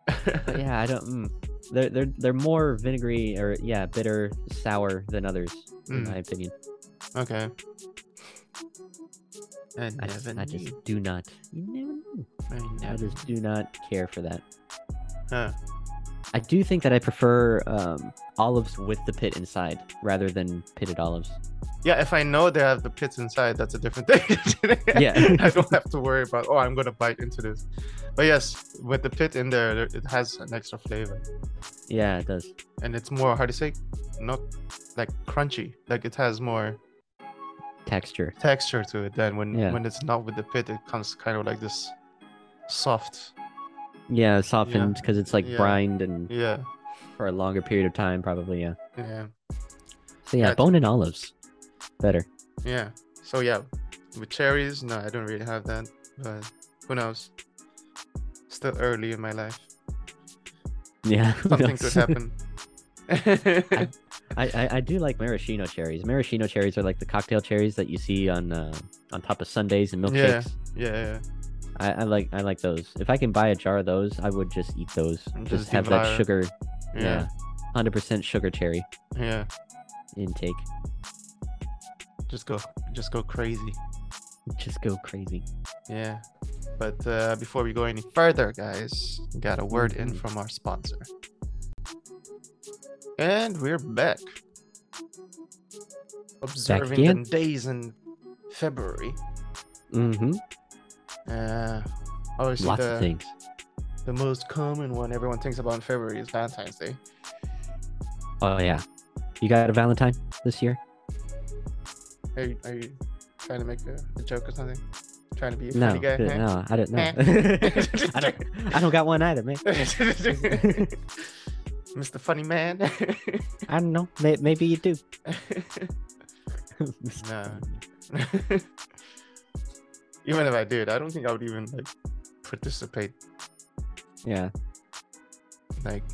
Speaker 3: But yeah, I don't. Mm, they're they're they're more vinegary or yeah, bitter, sour than others, in
Speaker 1: Mm.
Speaker 3: my opinion.
Speaker 1: okay. I
Speaker 3: I just,
Speaker 1: never
Speaker 3: I just
Speaker 1: knew.
Speaker 3: do not. You never know.
Speaker 1: I
Speaker 3: I
Speaker 1: never
Speaker 3: just do not care for that.
Speaker 1: Huh.
Speaker 3: I do think that I prefer um, olives with the pit inside rather than pitted olives.
Speaker 1: Yeah, if I know they have the pits inside, that's a different [laughs] thing.
Speaker 3: Yeah.
Speaker 1: [laughs] I don't have to worry about, oh, I'm going to bite into this. But yes, with the pit in there, there- it has an extra flavor.
Speaker 3: Yeah, it does.
Speaker 1: And it's more, how do you say, not like crunchy. Like it has more
Speaker 3: Texture.
Speaker 1: texture to it than when,
Speaker 3: Yeah.
Speaker 1: when it's not with the pit, it comes kind of like this soft.
Speaker 3: Yeah, softened because it's like
Speaker 1: Yeah.
Speaker 3: brined and
Speaker 1: Yeah.
Speaker 3: for a longer period of time, probably. Yeah.
Speaker 1: Yeah.
Speaker 3: So yeah,
Speaker 1: Gotcha.
Speaker 3: bone in olives, better. [laughs]
Speaker 1: Yeah. So yeah, with cherries, no, I don't really have that. But who knows? Still early in my life.
Speaker 3: Yeah. [laughs] who
Speaker 1: Something
Speaker 3: knows? [laughs]
Speaker 1: could happen. [laughs] I,
Speaker 3: I, I, I do like maraschino cherries. Maraschino cherries are like the cocktail cherries that you see on uh, on top of sundaes and
Speaker 1: Yeah.
Speaker 3: milkshakes.
Speaker 1: yeah,
Speaker 3: I, I like I like those. If I can buy a jar of those, I would just eat those.
Speaker 1: And
Speaker 3: Just,
Speaker 1: just
Speaker 3: have
Speaker 1: devour.
Speaker 3: that sugar.
Speaker 1: yeah, yeah,
Speaker 3: Yeah, hundred percent sugar cherry
Speaker 1: yeah.
Speaker 3: intake.
Speaker 1: Just go, just go crazy.
Speaker 3: Just go crazy.
Speaker 1: Yeah. But uh, before we go any further, guys, we got a word in
Speaker 3: Mhm.
Speaker 1: from our sponsor. And we're back. Observing
Speaker 3: again?
Speaker 1: the days in February.
Speaker 3: Mm-hmm.
Speaker 1: Uh, obviously
Speaker 3: Lots
Speaker 1: the,
Speaker 3: of things.
Speaker 1: the most common one everyone thinks about in February is Valentine's Day.
Speaker 3: Oh yeah. You got a Valentine this year?
Speaker 1: Are you, are you trying to make a, a joke or something? Trying to be a
Speaker 3: No,
Speaker 1: funny guy?
Speaker 3: good-
Speaker 1: huh?
Speaker 3: no, I don't know.
Speaker 1: Eh.
Speaker 3: [laughs] I don't, I don't got one either, man.
Speaker 1: [laughs] Mr. Funny Man. [laughs]
Speaker 3: I don't know. May- Maybe you do. [laughs]
Speaker 1: No. [laughs] even if I did, I don't think I would even like participate.
Speaker 3: Yeah.
Speaker 1: Like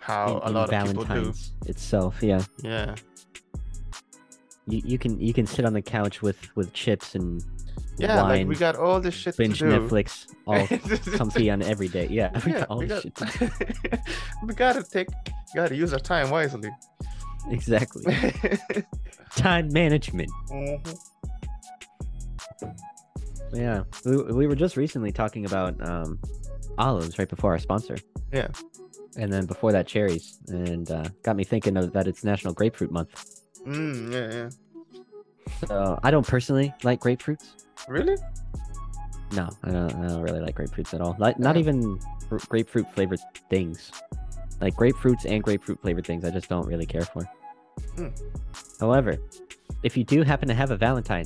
Speaker 1: how
Speaker 3: in-
Speaker 1: a
Speaker 3: in
Speaker 1: lot of people
Speaker 3: Valentine's itself. Yeah.
Speaker 1: do. Yeah,
Speaker 3: You, you can you can sit on the couch with with chips and
Speaker 1: yeah.
Speaker 3: wine,
Speaker 1: Like we got all this shit
Speaker 3: binge
Speaker 1: to do.
Speaker 3: Netflix
Speaker 1: [laughs]
Speaker 3: all comfy on every day. Yeah. We
Speaker 1: yeah,
Speaker 3: got all
Speaker 1: we,
Speaker 3: this
Speaker 1: got,
Speaker 3: shit
Speaker 1: [laughs]
Speaker 3: to do.
Speaker 1: we gotta take, gotta use our time wisely. [laughs]
Speaker 3: [laughs] Exactly.
Speaker 1: Mhm.
Speaker 3: Time management. Yeah, we, we were just recently talking about um, olives right before our sponsor.
Speaker 1: Yeah.
Speaker 3: And then before that, cherries, and uh, got me thinking of that it's National Grapefruit Month.
Speaker 1: Mm, yeah, yeah.
Speaker 3: So I don't personally like grapefruits.
Speaker 1: Really? [laughs]
Speaker 3: No, I don't, I don't really like grapefruits at all. Like, not
Speaker 1: Yeah.
Speaker 3: even gr- grapefruit flavored things. Like grapefruits and grapefruit flavored things, I just don't really care for.
Speaker 1: Hmm.
Speaker 3: However, if you do happen to have a Valentine,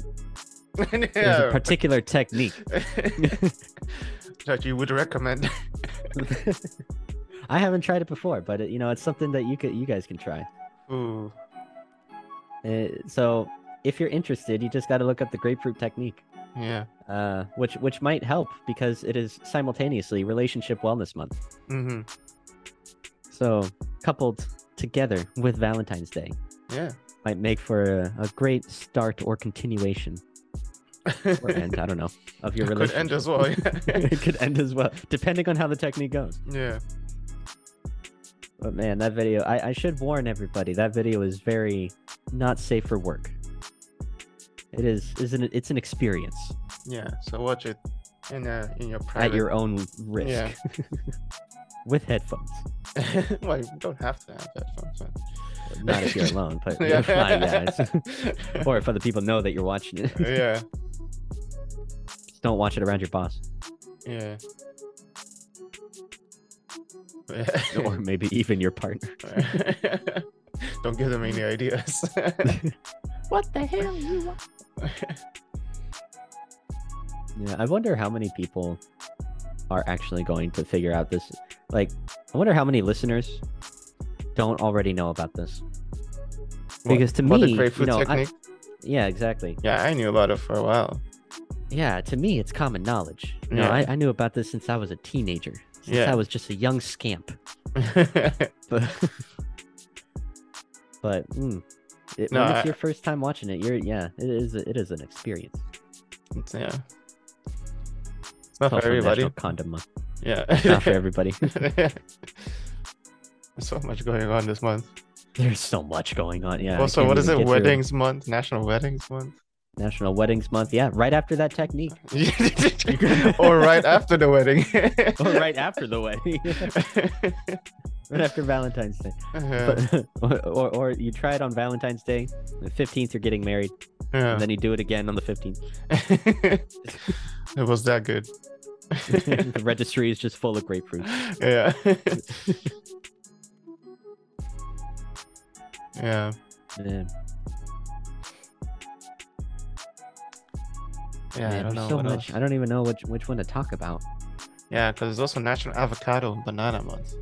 Speaker 3: there's a
Speaker 1: yeah.
Speaker 3: particular technique.
Speaker 1: [laughs] that you would recommend. [laughs]
Speaker 3: I haven't tried it before, but it, you know it's something that you could you guys can try.
Speaker 1: Ooh.
Speaker 3: Uh, so if you're interested, you just got to look up the grapefruit technique,
Speaker 1: Yeah.
Speaker 3: uh, which which might help because it is simultaneously relationship wellness month.
Speaker 1: Mm-hmm.
Speaker 3: So coupled together with Valentine's Day
Speaker 1: Yeah.
Speaker 3: might make for a, a great start or continuation
Speaker 1: [laughs]
Speaker 3: or end. I don't know of your
Speaker 1: It could
Speaker 3: relationship.
Speaker 1: end as
Speaker 3: [laughs]
Speaker 1: well. Yeah.
Speaker 3: it could end as well, depending on how the technique goes.
Speaker 1: [laughs] yeah.
Speaker 3: But man, that video, I, I should warn everybody, that video is very not safe for work. It is, isn't it? It's an experience
Speaker 1: Yeah. So watch it in uh in your
Speaker 3: at
Speaker 1: private. [laughs]
Speaker 3: your own risk
Speaker 1: Yeah.
Speaker 3: [laughs] with headphones.
Speaker 1: well, you don't have to have that fun.
Speaker 3: [laughs]
Speaker 1: fun.
Speaker 3: Not if you're alone,
Speaker 1: [laughs]
Speaker 3: but
Speaker 1: Yeah.
Speaker 3: yeah, it's- [laughs] or if other people know that you're watching it.
Speaker 1: [laughs] yeah.
Speaker 3: Just don't watch it around your boss
Speaker 1: Yeah. [laughs]
Speaker 3: or maybe even your partner.
Speaker 1: don't give them any
Speaker 3: [laughs]
Speaker 1: ideas.
Speaker 3: What the hell you want? [laughs] Yeah, I wonder how many people are actually going to figure out this. Like, I wonder how many listeners don't already know about this. Because to
Speaker 1: What the
Speaker 3: me, you
Speaker 1: grapefruit
Speaker 3: know, I-
Speaker 1: technique?
Speaker 3: Yeah, exactly.
Speaker 1: Yeah, I knew about it for a while. [laughs]
Speaker 3: Yeah, to me, it's common knowledge. You know,
Speaker 1: Yeah.
Speaker 3: I, I knew about this since I was a teenager, since
Speaker 1: Yeah.
Speaker 3: I was just a young scamp. But, [laughs] but mm, it,
Speaker 1: No,
Speaker 3: when it's
Speaker 1: I-
Speaker 3: your first time watching it, you're yeah, it is a- it is an experience.
Speaker 1: It's- yeah. It's not
Speaker 3: It's also
Speaker 1: for everybody.
Speaker 3: National Condom
Speaker 1: [laughs]
Speaker 3: Month. Not for
Speaker 1: Yeah.
Speaker 3: everybody.
Speaker 1: [laughs] There's so much going on this month.
Speaker 3: There's so much going on. Yeah. I
Speaker 1: also,
Speaker 3: can't
Speaker 1: what is
Speaker 3: even
Speaker 1: it?
Speaker 3: get through
Speaker 1: Weddings month, National Weddings
Speaker 3: [laughs]
Speaker 1: month, [laughs]
Speaker 3: National Weddings Month. Yeah, right after that technique,
Speaker 1: or right after the wedding. Oh,
Speaker 3: or right after the wedding, [laughs]
Speaker 1: [laughs]
Speaker 3: right after Valentine's Day.
Speaker 1: yeah,
Speaker 3: [laughs] or, or, or you try it on Valentine's Day, the 15th, you're getting married,
Speaker 1: yeah.
Speaker 3: and then you do it again on
Speaker 1: [laughs]
Speaker 3: the 15th.
Speaker 1: it was that good.
Speaker 3: [laughs] the registry is just full of grapefruit.
Speaker 1: yeah. [laughs] yeah.
Speaker 3: Yeah,
Speaker 1: Yeah. I
Speaker 3: man,
Speaker 1: don't
Speaker 3: there's
Speaker 1: know
Speaker 3: so
Speaker 1: what
Speaker 3: much.
Speaker 1: else.
Speaker 3: I don't even know which, which one to talk about.
Speaker 1: Yeah, because it's also National Avocado and Banana Month.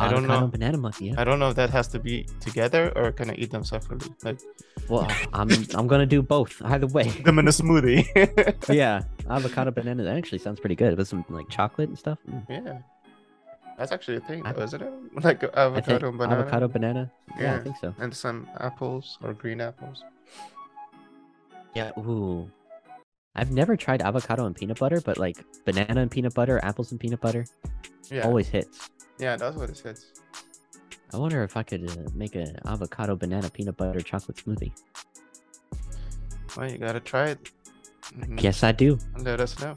Speaker 1: I don't
Speaker 3: Avocado
Speaker 1: know.
Speaker 3: Banana month. Yeah.
Speaker 1: I don't know if that has to be together or can I eat them separately? Like [laughs]
Speaker 3: Well, I'm I'm gonna do both either way.
Speaker 1: them in a smoothie.
Speaker 3: yeah, avocado banana. That actually sounds pretty good with some like chocolate and stuff. Mm.
Speaker 1: [laughs] yeah. That's actually a thing,
Speaker 3: I-
Speaker 1: though, isn't it? Like
Speaker 3: I think
Speaker 1: avocado and banana
Speaker 3: Avocado banana. yeah, I
Speaker 1: Yeah.
Speaker 3: think so.
Speaker 1: and some apples or green apples.
Speaker 3: Yeah. Ooh. I've never tried avocado and peanut butter, but like banana and peanut butter, apples and peanut butter
Speaker 1: Yeah.
Speaker 3: always hits.
Speaker 1: Yeah, that's what it says.
Speaker 3: I wonder if I could uh, make an avocado, banana, peanut butter, chocolate smoothie.
Speaker 1: Well, you gotta try it. Mm,
Speaker 3: Yes, I
Speaker 1: [laughs]
Speaker 3: do. [laughs]
Speaker 1: Let us know.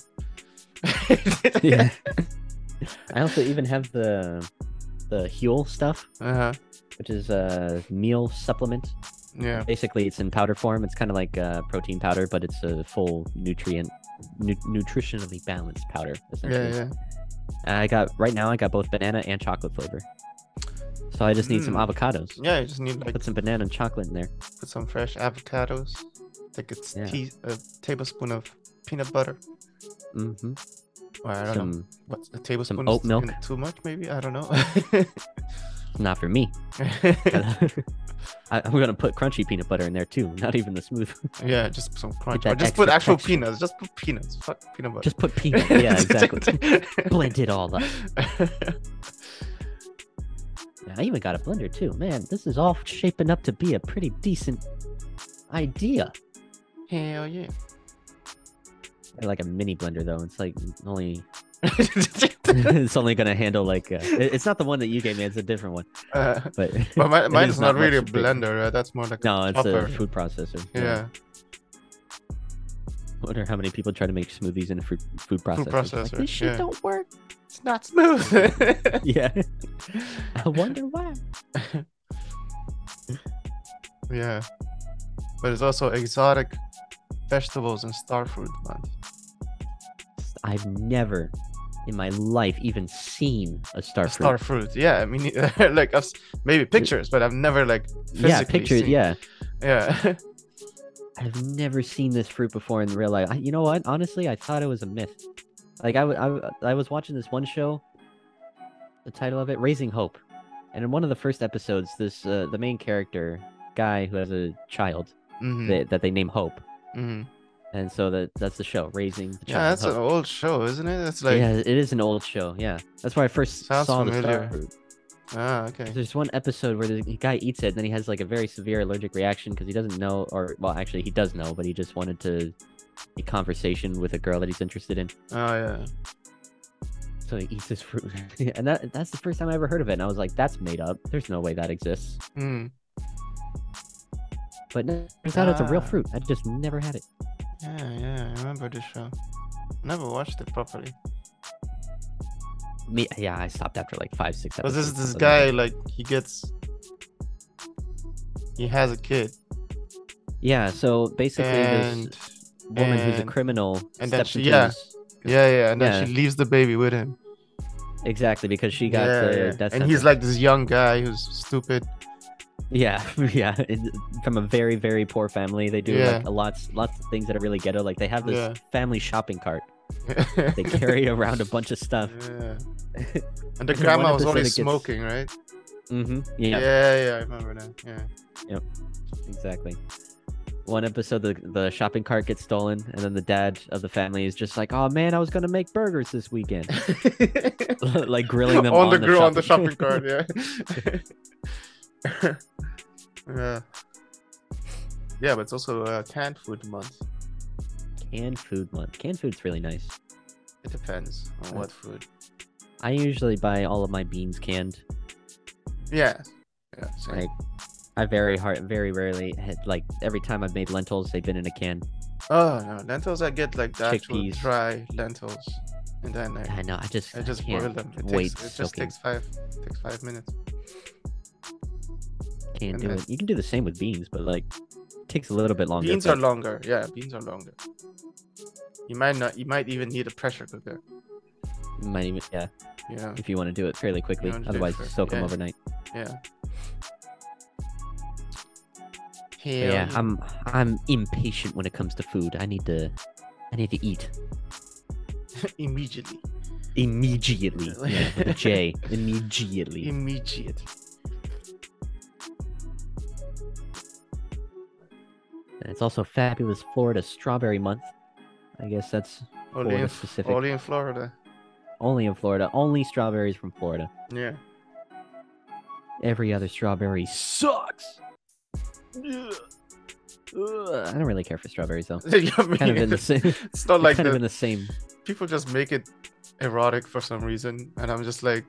Speaker 1: [laughs]
Speaker 3: Yeah. I also even have the the Huel stuff,
Speaker 1: Uh huh.
Speaker 3: which is a meal supplement.
Speaker 1: Yeah.
Speaker 3: Basically, it's in powder form. It's kind of like uh, protein powder, but it's a full nutrient nu- nutritionally balanced powder. Essentially.
Speaker 1: Yeah, yeah.
Speaker 3: I got right now. I got both banana and chocolate flavor. So I just need some
Speaker 1: Mm.
Speaker 3: avocados.
Speaker 1: Yeah, you just need like
Speaker 3: Put some banana and chocolate in there.
Speaker 1: put some fresh avocados. Like it's
Speaker 3: Yeah.
Speaker 1: tea, a tablespoon of peanut butter.
Speaker 3: Mm-hmm.
Speaker 1: Or I don't know.
Speaker 3: Some
Speaker 1: What's a tablespoon?
Speaker 3: some
Speaker 1: is
Speaker 3: oat milk.
Speaker 1: in- Too much, maybe. I don't know.
Speaker 3: [laughs] not
Speaker 1: [laughs]
Speaker 3: for me. [laughs] but, I, I'm gonna put crunchy peanut butter in there too. Not even the smooth.
Speaker 1: yeah, just some crunch.
Speaker 3: that
Speaker 1: Or just put actual
Speaker 3: extra texture.
Speaker 1: peanuts. Just put peanuts. Fuck peanut butter.
Speaker 3: [laughs] just put peanut.
Speaker 1: [laughs]
Speaker 3: Yeah, [laughs] exactly. Blend it all up. Yeah, I even got a blender too. Man, this is all shaping up to be a pretty decent idea.
Speaker 1: Hell yeah.
Speaker 3: I Like a mini blender though. It's like only [laughs] it's only gonna handle like uh, it- it's not the one that you gave me. It's a different one.
Speaker 1: [laughs] Uh,
Speaker 3: But
Speaker 1: but
Speaker 3: [laughs]
Speaker 1: my, mine
Speaker 3: is
Speaker 1: is not
Speaker 3: not
Speaker 1: really a
Speaker 3: much bigger.
Speaker 1: blender. Uh, that's more like
Speaker 3: no,
Speaker 1: a
Speaker 3: it's
Speaker 1: chopper.
Speaker 3: a food processor.
Speaker 1: yeah,
Speaker 3: wonder how many people try to make smoothies in a fruit, food processor. Like,
Speaker 1: processor,
Speaker 3: this shit
Speaker 1: yeah.
Speaker 3: don't work. [laughs]
Speaker 1: it's not smooth. [laughs]
Speaker 3: Yeah. I wonder why.
Speaker 1: yeah, but it's also exotic vegetables and star fruit. Man.
Speaker 3: I've never in my life even seen a star fruit.
Speaker 1: Star fruit. Yeah, I mean, [laughs] like I've, s- maybe pictures, but I've never like physically
Speaker 3: yeah, pictures.
Speaker 1: seen-
Speaker 3: Yeah.
Speaker 1: yeah. [laughs]
Speaker 3: I've never seen this fruit before in real life. I, you know what? Honestly, I thought it was a myth. Like I, w- I w- I was watching this one show. The title of it, Raising Hope, and in one of the first episodes, this uh, the main character guy who has a child
Speaker 1: Mhm,
Speaker 3: that, that they name Hope,
Speaker 1: mhm.
Speaker 3: and so that that's the show, Raising. The child
Speaker 1: Yeah, that's
Speaker 3: Hope.
Speaker 1: an old show, isn't it? It's like
Speaker 3: yeah, it is an old show. Yeah, that's where I first
Speaker 1: Sounds
Speaker 3: saw the
Speaker 1: familiar.
Speaker 3: star fruit.
Speaker 1: ah okay.
Speaker 3: There's one episode where the guy eats it, and then he has like a very severe allergic reaction because he doesn't know, or well, actually he does know, but he just wanted to a conversation with a girl that he's interested in.
Speaker 1: Oh yeah.
Speaker 3: So he eats his fruit, [laughs] and that that's the first time I ever heard of it. And I was like, that's made up. There's no way that exists.
Speaker 1: Mm,
Speaker 3: But no, turns out it's a real
Speaker 1: Ah.
Speaker 3: fruit. I just never had it.
Speaker 1: yeah, yeah. I remember this show. Never watched it properly.
Speaker 3: Me, yeah, I stopped after like five, six.
Speaker 1: But this
Speaker 3: episodes.
Speaker 1: this
Speaker 3: I was like-
Speaker 1: guy like he gets he has a kid
Speaker 3: Yeah, so basically,
Speaker 1: and
Speaker 3: this woman who's a
Speaker 1: and-
Speaker 3: criminal
Speaker 1: and then
Speaker 3: steps
Speaker 1: she-
Speaker 3: into
Speaker 1: yeah.
Speaker 3: his-
Speaker 1: yeah yeah and then she
Speaker 3: Yeah.
Speaker 1: leaves the baby with him
Speaker 3: exactly because she got
Speaker 1: yeah,
Speaker 3: the
Speaker 1: yeah.
Speaker 3: death
Speaker 1: and he's
Speaker 3: sentence.
Speaker 1: like this young guy who's stupid
Speaker 3: [laughs] yeah [laughs] yeah it- from a very very poor family they do
Speaker 1: Yeah.
Speaker 3: like a lots lots of things that are really ghetto like they have this
Speaker 1: Yeah.
Speaker 3: family shopping cart
Speaker 1: [laughs]
Speaker 3: they carry around a bunch of stuff
Speaker 1: yeah. and
Speaker 3: [laughs]
Speaker 1: the
Speaker 3: one
Speaker 1: grandma was
Speaker 3: episode it
Speaker 1: always
Speaker 3: gets-
Speaker 1: smoking right
Speaker 3: mm-hmm
Speaker 1: yeah.
Speaker 3: yeah
Speaker 1: yeah I remember that yeah
Speaker 3: [laughs] Exactly. One episode, the, the shopping cart gets stolen, and then the dad of the family is just like, "Oh man, I was gonna make burgers this weekend," [laughs] like grilling
Speaker 1: [laughs]
Speaker 3: them
Speaker 1: on,
Speaker 3: on,
Speaker 1: the, grill on the
Speaker 3: shopping- [laughs]
Speaker 1: shopping cart yeah [laughs] yeah yeah but it's also uh, canned food month
Speaker 3: Canned food month. Canned food's really nice.
Speaker 1: it depends on what food
Speaker 3: I usually buy all of my beans canned.
Speaker 1: Yeah. Yeah. same.
Speaker 3: Like, I very hard, very rarely had, like every time I've made lentils, they've been in a can.
Speaker 1: Oh no, lentils I get like the actual
Speaker 3: Chickpeas.
Speaker 1: dry lentils, and then I,
Speaker 3: I know. I just,
Speaker 1: I just boil
Speaker 3: can't
Speaker 1: them. It,
Speaker 3: wait
Speaker 1: takes, it just
Speaker 3: soaking.
Speaker 1: takes five takes five minutes.
Speaker 3: Can't
Speaker 1: and
Speaker 3: do
Speaker 1: then-
Speaker 3: it. You can do the same with beans, but like, it takes a little bit longer.
Speaker 1: Beans
Speaker 3: but-
Speaker 1: are longer. Yeah, beans are longer. You might not. You might even need a pressure cooker.
Speaker 3: might even yeah.
Speaker 1: You know.
Speaker 3: if you want to do it fairly quickly.
Speaker 1: wanna do it
Speaker 3: Otherwise,
Speaker 1: fair-
Speaker 3: soak them
Speaker 1: yeah.
Speaker 3: overnight.
Speaker 1: Yeah.
Speaker 3: But
Speaker 1: Hell
Speaker 3: yeah, I'm I'm impatient when it comes to food. I need to I need to eat
Speaker 1: immediately. [laughs]
Speaker 3: immediately. Yeah, with a J, immediately.
Speaker 1: Immediate.
Speaker 3: And it's also fabulous Florida Strawberry Month. I guess that's
Speaker 1: Only
Speaker 3: Florida
Speaker 1: in,
Speaker 3: specific.
Speaker 1: only in Florida.
Speaker 3: only in Florida. Only strawberries from Florida.
Speaker 1: Yeah.
Speaker 3: Every other strawberry sucks.
Speaker 1: [laughs]
Speaker 3: Ugh. Ugh. I don't really care for strawberries though. Kind of in the same. they're
Speaker 1: it's not like
Speaker 3: [laughs] kind of
Speaker 1: the
Speaker 3: in the same.
Speaker 1: people just make it erotic for some reason, and I'm just like,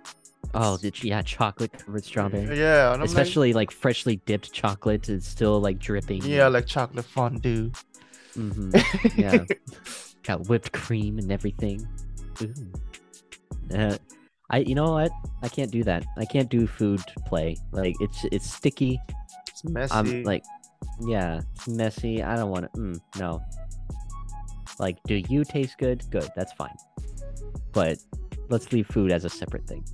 Speaker 3: Oh, the, ch- yeah, chocolate covered strawberry.
Speaker 1: yeah, and I'm
Speaker 3: especially like, freshly dipped chocolate is still like dripping.
Speaker 1: like, yeah, like chocolate fondue.
Speaker 3: hmm
Speaker 1: [laughs]
Speaker 3: yeah, got whipped cream and everything. Ooh. Uh, I, you know what? I can't do that. I can't do food play. Like it's it's sticky.
Speaker 1: it's messy.
Speaker 3: I'm like, yeah, it's messy. I don't want to. Mm, no, Like, do you taste good? Good, that's fine. But let's leave food as a separate thing.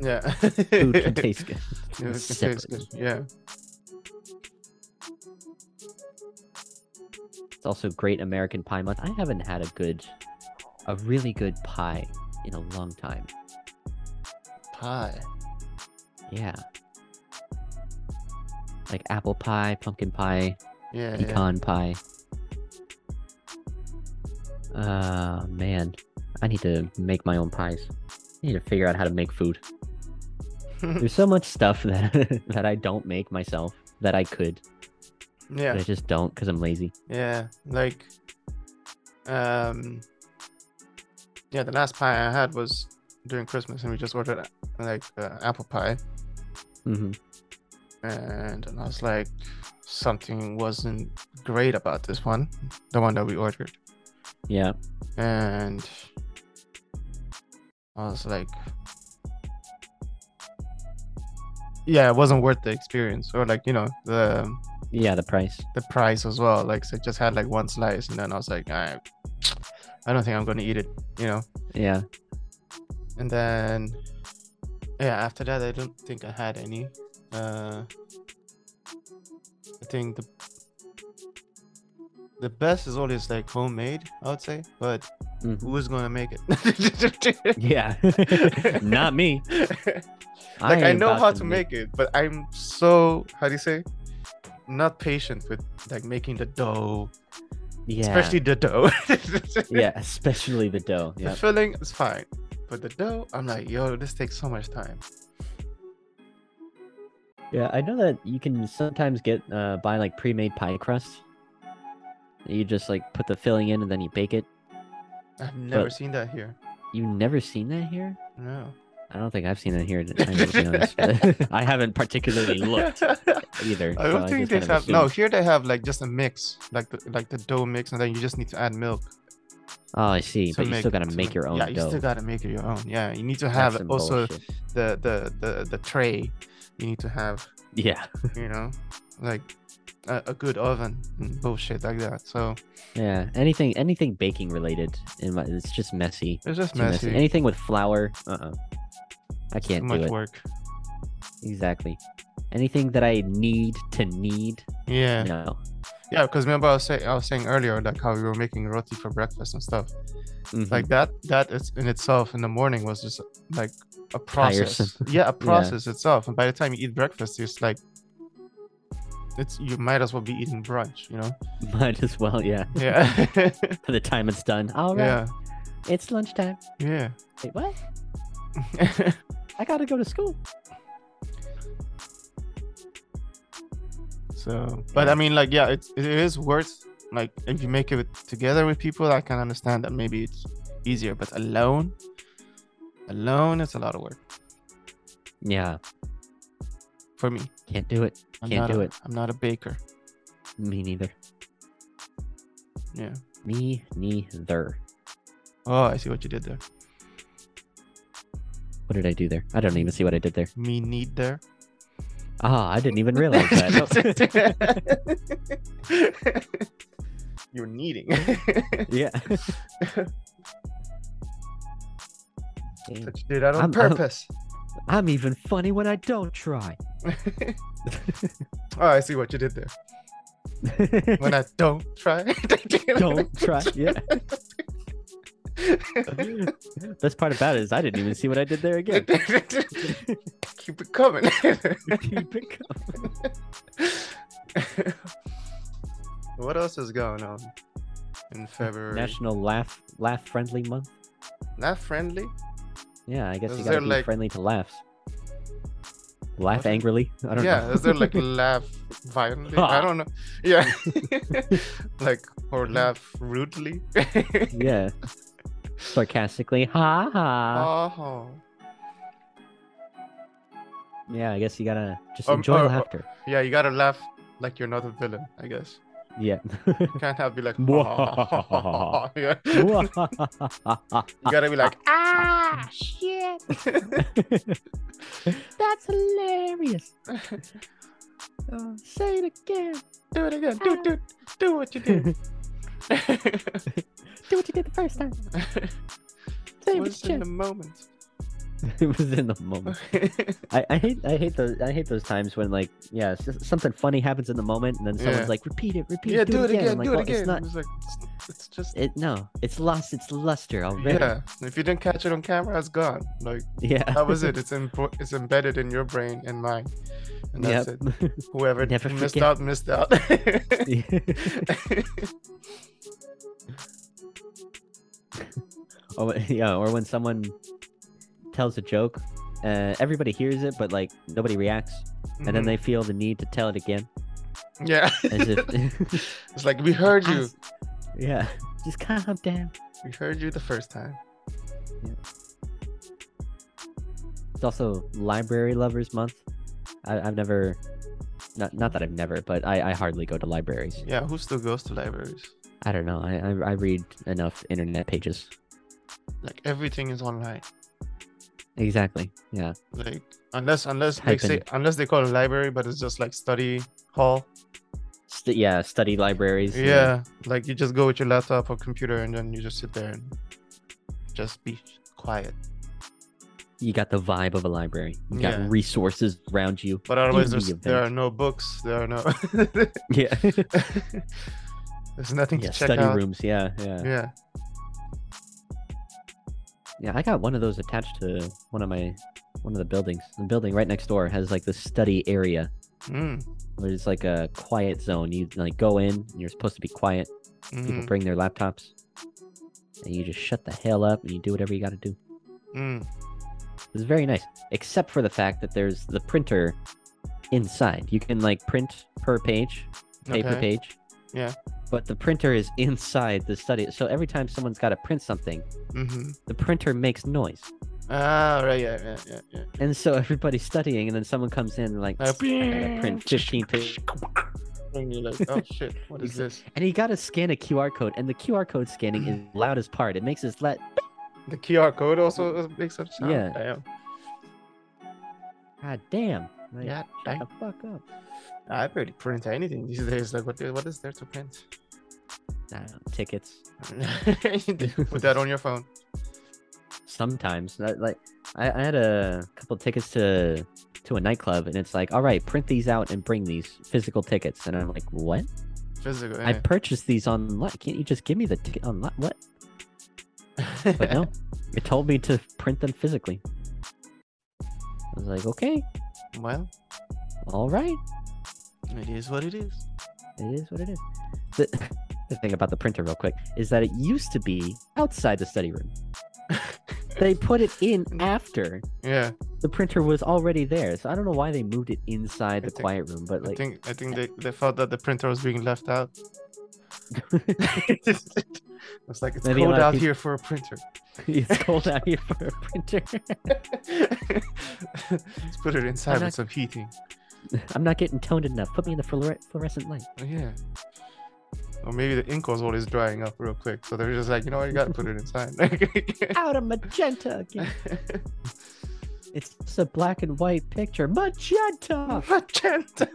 Speaker 1: Yeah.
Speaker 3: Food
Speaker 1: [laughs]
Speaker 3: can taste good.
Speaker 1: Yeah, it can
Speaker 3: Separate.
Speaker 1: taste good. Yeah.
Speaker 3: It's also Great American Pie Month. I haven't had a good, a really good pie in a long time.
Speaker 1: Pie.
Speaker 3: Yeah. Like apple pie, pumpkin pie,
Speaker 1: Yeah. yeah.
Speaker 3: pecan pie. Uh man, I need to make my own pies. I need to figure out how to
Speaker 1: [laughs]
Speaker 3: make food. There's so much stuff [laughs] that that I don't make myself that I could,
Speaker 1: Yeah.
Speaker 3: but I just don't because I'm lazy.
Speaker 1: Yeah, like, um, yeah, the last pie I had was during Christmas, and we just ordered like uh, apple pie,
Speaker 3: hmm
Speaker 1: and, I was like, something wasn't great about this one, the one that we ordered,
Speaker 3: Yeah,
Speaker 1: and I was like, yeah, it wasn't worth the experience, or like you know the
Speaker 3: yeah, the price.
Speaker 1: the price as well. Like, so I just had like one slice, and then I was like, I, I don't think I'm gonna eat it, you know.
Speaker 3: Yeah,
Speaker 1: And then, yeah, after that, I don't think I had any. Uh, I think the the best is always like homemade, I would say, but
Speaker 3: Mhm.
Speaker 1: who's gonna make it? [laughs]
Speaker 3: yeah. [laughs] Not me.
Speaker 1: like I,
Speaker 3: ain't
Speaker 1: know
Speaker 3: about
Speaker 1: how to make it, but I'm so how do you say, not patient with like making the dough
Speaker 3: Yeah,
Speaker 1: especially the dough. [laughs]
Speaker 3: yeah, [laughs] especially the dough.
Speaker 1: the
Speaker 3: Yeah,
Speaker 1: filling is fine, but the dough, I'm like, yo, this takes so much time.
Speaker 3: yeah. I know that you can sometimes get uh, buy like pre-made pie crust. You just like put the filling in and then you bake it.
Speaker 1: I've never
Speaker 3: But-
Speaker 1: seen that here.
Speaker 3: You never seen that here?
Speaker 1: No,
Speaker 3: I don't think I've seen that here. I will be
Speaker 1: [laughs]
Speaker 3: honest. [laughs] but I haven't particularly looked either.
Speaker 1: I
Speaker 3: so
Speaker 1: don't think
Speaker 3: just
Speaker 1: they
Speaker 3: kind of
Speaker 1: have. No,
Speaker 3: assumed.
Speaker 1: here they have like just a mix, like the, like the dough mix, and then you just need to add milk.
Speaker 3: [laughs] Oh, I see.
Speaker 1: to
Speaker 3: But you still gotta
Speaker 1: to
Speaker 3: make your own
Speaker 1: Yeah, you
Speaker 3: dough.
Speaker 1: still gotta make it your own. Yeah, you need to
Speaker 3: That's
Speaker 1: have
Speaker 3: some
Speaker 1: also
Speaker 3: bullshit.
Speaker 1: the, the the the tray. You need to have,
Speaker 3: Yeah,
Speaker 1: you know, like a, a good oven and bullshit like that. So
Speaker 3: yeah. Anything, anything baking related, in my, it's just messy.
Speaker 1: it's just
Speaker 3: Too messy.
Speaker 1: messy.
Speaker 3: Anything with flour, uh, uh I
Speaker 1: Too
Speaker 3: can't do
Speaker 1: much
Speaker 3: it.
Speaker 1: work.
Speaker 3: Exactly. Anything that I need to need,
Speaker 1: Yeah.
Speaker 3: no.
Speaker 1: Yeah, because remember I was saying I was saying earlier like how we were making roti for breakfast and stuff.
Speaker 3: Mhm.
Speaker 1: Like that that is in itself in the morning was just like a process.
Speaker 3: [laughs] Tiresome.
Speaker 1: Yeah, a process itself. And by the time you eat breakfast, it's like it's you might as well be eating brunch, you
Speaker 3: [laughs]
Speaker 1: know?
Speaker 3: might as well, yeah.
Speaker 1: Yeah. [laughs]
Speaker 3: By the time it's done, all right,
Speaker 1: yeah.
Speaker 3: it's lunchtime.
Speaker 1: Yeah. [laughs]
Speaker 3: Wait, what? I gotta go to school.
Speaker 1: so but
Speaker 3: Yeah.
Speaker 1: I mean like yeah, it's it is worth like if you make it together with people, I can understand that maybe it's easier, but alone alone it's a lot of work
Speaker 3: Yeah,
Speaker 1: for me.
Speaker 3: can't do it.
Speaker 1: I'm
Speaker 3: Can't
Speaker 1: not
Speaker 3: do
Speaker 1: a-
Speaker 3: it.
Speaker 1: I'm not a baker.
Speaker 3: Me neither.
Speaker 1: Yeah.
Speaker 3: Me neither.
Speaker 1: Oh, I see what you did there.
Speaker 3: What did I do there? I don't even see what I did there.
Speaker 1: Me need there.
Speaker 3: Ah, I didn't even realize
Speaker 1: [laughs]
Speaker 3: that.
Speaker 1: You're needing.
Speaker 3: yeah.
Speaker 1: but you did [laughs] that on
Speaker 3: I'm- I'm-
Speaker 1: purpose.
Speaker 3: I'm even funny when I don't try.
Speaker 1: oh, I see what you did there. When I don't try. [laughs]
Speaker 3: don't try. Yeah. Best part about it is I didn't even see what I did there again. [laughs]
Speaker 1: Keep it coming. [laughs]
Speaker 3: Keep it going.
Speaker 1: what else is going on in February?
Speaker 3: National Laugh Laugh Friendly Month.
Speaker 1: Not friendly.
Speaker 3: Yeah, I guess
Speaker 1: Is
Speaker 3: you
Speaker 1: there,
Speaker 3: gotta be
Speaker 1: like-
Speaker 3: friendly to laughs. Laugh
Speaker 1: What?
Speaker 3: angrily. I don't
Speaker 1: yeah,
Speaker 3: know.
Speaker 1: is there
Speaker 3: [laughs]
Speaker 1: like laugh violently? I
Speaker 3: Ha.
Speaker 1: don't know.
Speaker 3: [laughs]
Speaker 1: Yeah, like or laugh rudely.
Speaker 3: [laughs]
Speaker 1: [laughs]
Speaker 3: yeah. Sarcastically. Ha ha.
Speaker 1: oh,
Speaker 3: yeah, I guess you gotta just
Speaker 1: Um,
Speaker 3: enjoy
Speaker 1: uh, uh,
Speaker 3: laughter.
Speaker 1: yeah, you gotta laugh like you're not a villain, I guess. [laughs]
Speaker 3: Yeah.
Speaker 1: You can't have be like, [laughs]
Speaker 3: Mwahahahaha.
Speaker 1: yeah. you
Speaker 3: That's
Speaker 1: gotta be like,
Speaker 2: Ah,
Speaker 1: [laughs]
Speaker 2: shit.
Speaker 1: [laughs]
Speaker 3: hilarious.
Speaker 2: Say it again.
Speaker 3: [laughs]
Speaker 1: do [laughs] it again, do do do what you did.
Speaker 3: Do what you did the
Speaker 1: [laughs]
Speaker 3: first time. Say it with
Speaker 1: What's
Speaker 3: your
Speaker 1: in the
Speaker 3: chest.
Speaker 1: moment?
Speaker 3: [laughs]
Speaker 1: [laughs]
Speaker 3: It was in the moment. I, I hate I hate those I hate those times when like yeah it's just- something funny happens in the moment and then someone's
Speaker 1: Yeah.
Speaker 3: like repeat it repeat
Speaker 1: yeah,
Speaker 3: it do, it again, I'm like,
Speaker 1: do
Speaker 3: "Well,
Speaker 1: it again.
Speaker 3: it's not
Speaker 1: It's like it's, it's just
Speaker 3: it no it's lost its luster already [laughs] yeah,
Speaker 1: yeah. If you didn't catch it on camera, it's gone. Like that
Speaker 3: [laughs]
Speaker 1: was it. It's impo- it's embedded in your brain and mine, and that's
Speaker 3: Yep.
Speaker 1: it. Whoever
Speaker 3: Never
Speaker 1: missed
Speaker 3: forget.
Speaker 1: out, missed
Speaker 3: [laughs]
Speaker 1: out. [laughs]
Speaker 3: or, when- yeah or when someone tells a joke uh, everybody hears it but like nobody reacts and
Speaker 1: Mm-hmm.
Speaker 3: then they feel the need to tell it again
Speaker 1: Mhm. yeah,
Speaker 3: as
Speaker 1: [laughs]
Speaker 3: if
Speaker 1: it's like we heard
Speaker 3: I [laughs]
Speaker 1: you.
Speaker 3: s- yeah just calm down
Speaker 1: We heard you the first time.
Speaker 3: It's also Library Lovers Month. I, I've never, not not that I've never, but I, I hardly go to libraries.
Speaker 1: Yeah, who still goes to libraries?
Speaker 3: I don't know. I, I I read enough internet pages.
Speaker 1: Like everything is online.
Speaker 3: Exactly. Yeah.
Speaker 1: Like unless unless they
Speaker 3: Type
Speaker 1: say
Speaker 3: in-
Speaker 1: unless they call it library, but it's just like study hall.
Speaker 3: St- yeah. Study libraries.
Speaker 1: Yeah. like you just go with your laptop or computer and then you just sit there and just be quiet.
Speaker 3: You got the vibe of a library. You got
Speaker 1: Yeah.
Speaker 3: resources around
Speaker 1: [laughs]
Speaker 3: you.
Speaker 1: But otherwise,
Speaker 3: the
Speaker 1: there's, there
Speaker 3: event.
Speaker 1: are no books. There are no. [laughs]
Speaker 3: [laughs] Yeah.
Speaker 1: there's nothing
Speaker 3: yeah.
Speaker 1: to check
Speaker 3: Study
Speaker 1: out.
Speaker 3: rooms. Yeah. Yeah.
Speaker 1: Yeah.
Speaker 3: Yeah, I got one of those attached to one of my one of the buildings. The building right next door has like the study area
Speaker 1: Mm,
Speaker 3: where it's like a quiet zone. You like go in and you're supposed to be quiet. People
Speaker 1: mm,
Speaker 3: bring their laptops. And you just shut the hell up and you do whatever you gotta do.
Speaker 1: mm.
Speaker 3: It's very nice. Except for the fact that there's the printer inside. You can like print per page, paper
Speaker 1: Okay.
Speaker 3: page.
Speaker 1: Yeah.
Speaker 3: But the printer is inside the study. So every time someone's gotta print something,
Speaker 1: Mhm.
Speaker 3: the printer makes noise.
Speaker 1: Ah, right. Yeah, yeah, yeah, yeah.
Speaker 3: And so [laughs] everybody's studying and then someone comes in and like
Speaker 1: Uh,
Speaker 3: "I gotta print 15 pages.
Speaker 1: And you're like,
Speaker 3: [laughs]
Speaker 1: oh shit, what is this?
Speaker 3: And you gotta scan a QR code, and the QR code scanning is loudest part. It makes this let
Speaker 1: The QR code also uh, makes up sound.
Speaker 3: Yeah.
Speaker 1: Damn.
Speaker 3: God damn. Like,
Speaker 1: Yeah.
Speaker 3: Shut
Speaker 1: I,
Speaker 3: the fuck up.
Speaker 1: I barely print anything these days. Like, what, what is there to
Speaker 3: [laughs]
Speaker 1: print? [laughs]
Speaker 3: I don't know, tickets.
Speaker 1: You Put that on your phone.
Speaker 3: Sometimes, That- like I, I had a couple tickets to to a nightclub, and it's like, all right, print these out and bring these physical tickets. And I'm like, what?
Speaker 1: Physical.
Speaker 3: I purchased these online. Can't you just give me the ticket online? What?
Speaker 1: yeah.
Speaker 3: [laughs] But
Speaker 1: [laughs]
Speaker 3: no, it told me to print them physically. I was like, okay,
Speaker 1: well,
Speaker 3: all right,
Speaker 1: it is what it is.
Speaker 3: it is what it is. The, [laughs] the thing about the printer, real quick, is that it used to be outside the study room. [laughs] they put it in after.
Speaker 1: Yeah.
Speaker 3: the printer was already there, so I don't know why they moved it inside
Speaker 1: I
Speaker 3: the
Speaker 1: think-
Speaker 3: quiet room. But
Speaker 1: I
Speaker 3: like,
Speaker 1: think I think they, they felt that the printer was being left out. [laughs] it's like it's
Speaker 3: Maybe a
Speaker 1: cold
Speaker 3: lot of
Speaker 1: out
Speaker 3: peop-
Speaker 1: here for a printer.
Speaker 3: [laughs] it's cold out here for a printer. [laughs]
Speaker 1: Let's put it inside
Speaker 3: not-
Speaker 1: with some heating.
Speaker 3: I'm not getting toned enough. Put me in the fluore-
Speaker 1: [laughs]
Speaker 3: fluorescent light.
Speaker 1: Oh, Yeah. Or maybe the ink was always drying up real quick, so they're just like, you know what, you gotta put it
Speaker 3: [laughs]
Speaker 1: inside. [laughs]
Speaker 3: Out of magenta again. It's just a black and white picture. Magenta.
Speaker 1: [laughs] Magenta.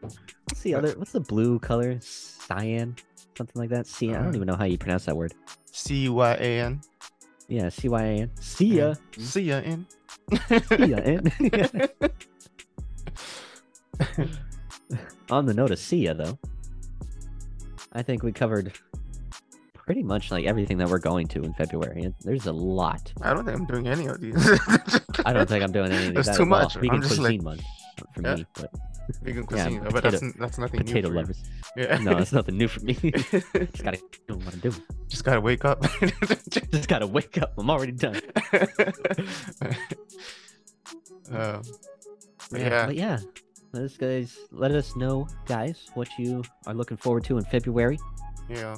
Speaker 3: What's the other? What's the blue color? Cyan, something like that. Cyan. I don't
Speaker 1: Uh,
Speaker 3: even know how you pronounce that word.
Speaker 1: C Y A N.
Speaker 3: Yeah, C Y A N. See ya.
Speaker 1: See ya in.
Speaker 3: See ya. eh? [laughs] on the note of Sia, though, I think we covered pretty much like everything that we're going to in February. And There's a lot.
Speaker 1: I don't think I'm doing any of these. [laughs]
Speaker 3: I don't think I'm doing any of
Speaker 1: There's
Speaker 3: that.
Speaker 1: too
Speaker 3: as well.
Speaker 1: much.
Speaker 3: Vegan
Speaker 1: I'm just like-
Speaker 3: cuisine month for
Speaker 1: Yeah.
Speaker 3: me, but
Speaker 1: vegan
Speaker 3: Yeah,
Speaker 1: cuisine, but that's, n- that's nothing
Speaker 3: potato
Speaker 1: new. for [laughs]
Speaker 3: lovers.
Speaker 1: you.
Speaker 3: No,
Speaker 1: Yeah.
Speaker 3: it's nothing new for
Speaker 1: [laughs]
Speaker 3: me. just gotta do what I do.
Speaker 1: just gotta wake
Speaker 3: [laughs]
Speaker 1: up.
Speaker 3: Just gotta wake up. I'm already done.
Speaker 1: [laughs] um,
Speaker 3: But
Speaker 1: Yeah.
Speaker 3: But yeah. Let us guys let us know, guys, what you are looking forward to in February.
Speaker 1: yeah.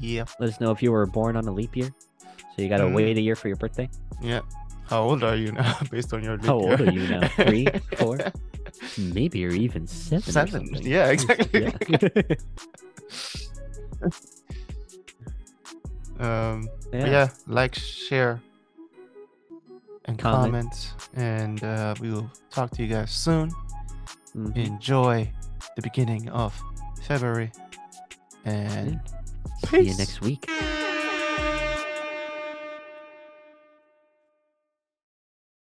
Speaker 1: Yeah.
Speaker 3: Let us know if you were born on a leap year. So you gotta
Speaker 1: Mm.
Speaker 3: wait a year for your birthday.
Speaker 1: Yeah. How old are you now, [laughs] based on your leap
Speaker 3: How old
Speaker 1: year?
Speaker 3: are you now? Three, four? Maybe you're even seven. or
Speaker 1: Seven.
Speaker 3: something.
Speaker 1: Yeah, exactly. [laughs]
Speaker 3: Yeah.
Speaker 1: [laughs]
Speaker 3: [laughs]
Speaker 1: Um, but yeah.
Speaker 3: Yeah.
Speaker 1: like, share, and
Speaker 3: Comment.
Speaker 1: comment, and uh, we will talk to you guys soon.
Speaker 3: Mhm.
Speaker 1: Enjoy the beginning of February and
Speaker 3: See you
Speaker 1: Peace.
Speaker 3: Mm-hmm. next week.
Speaker 2: Peace.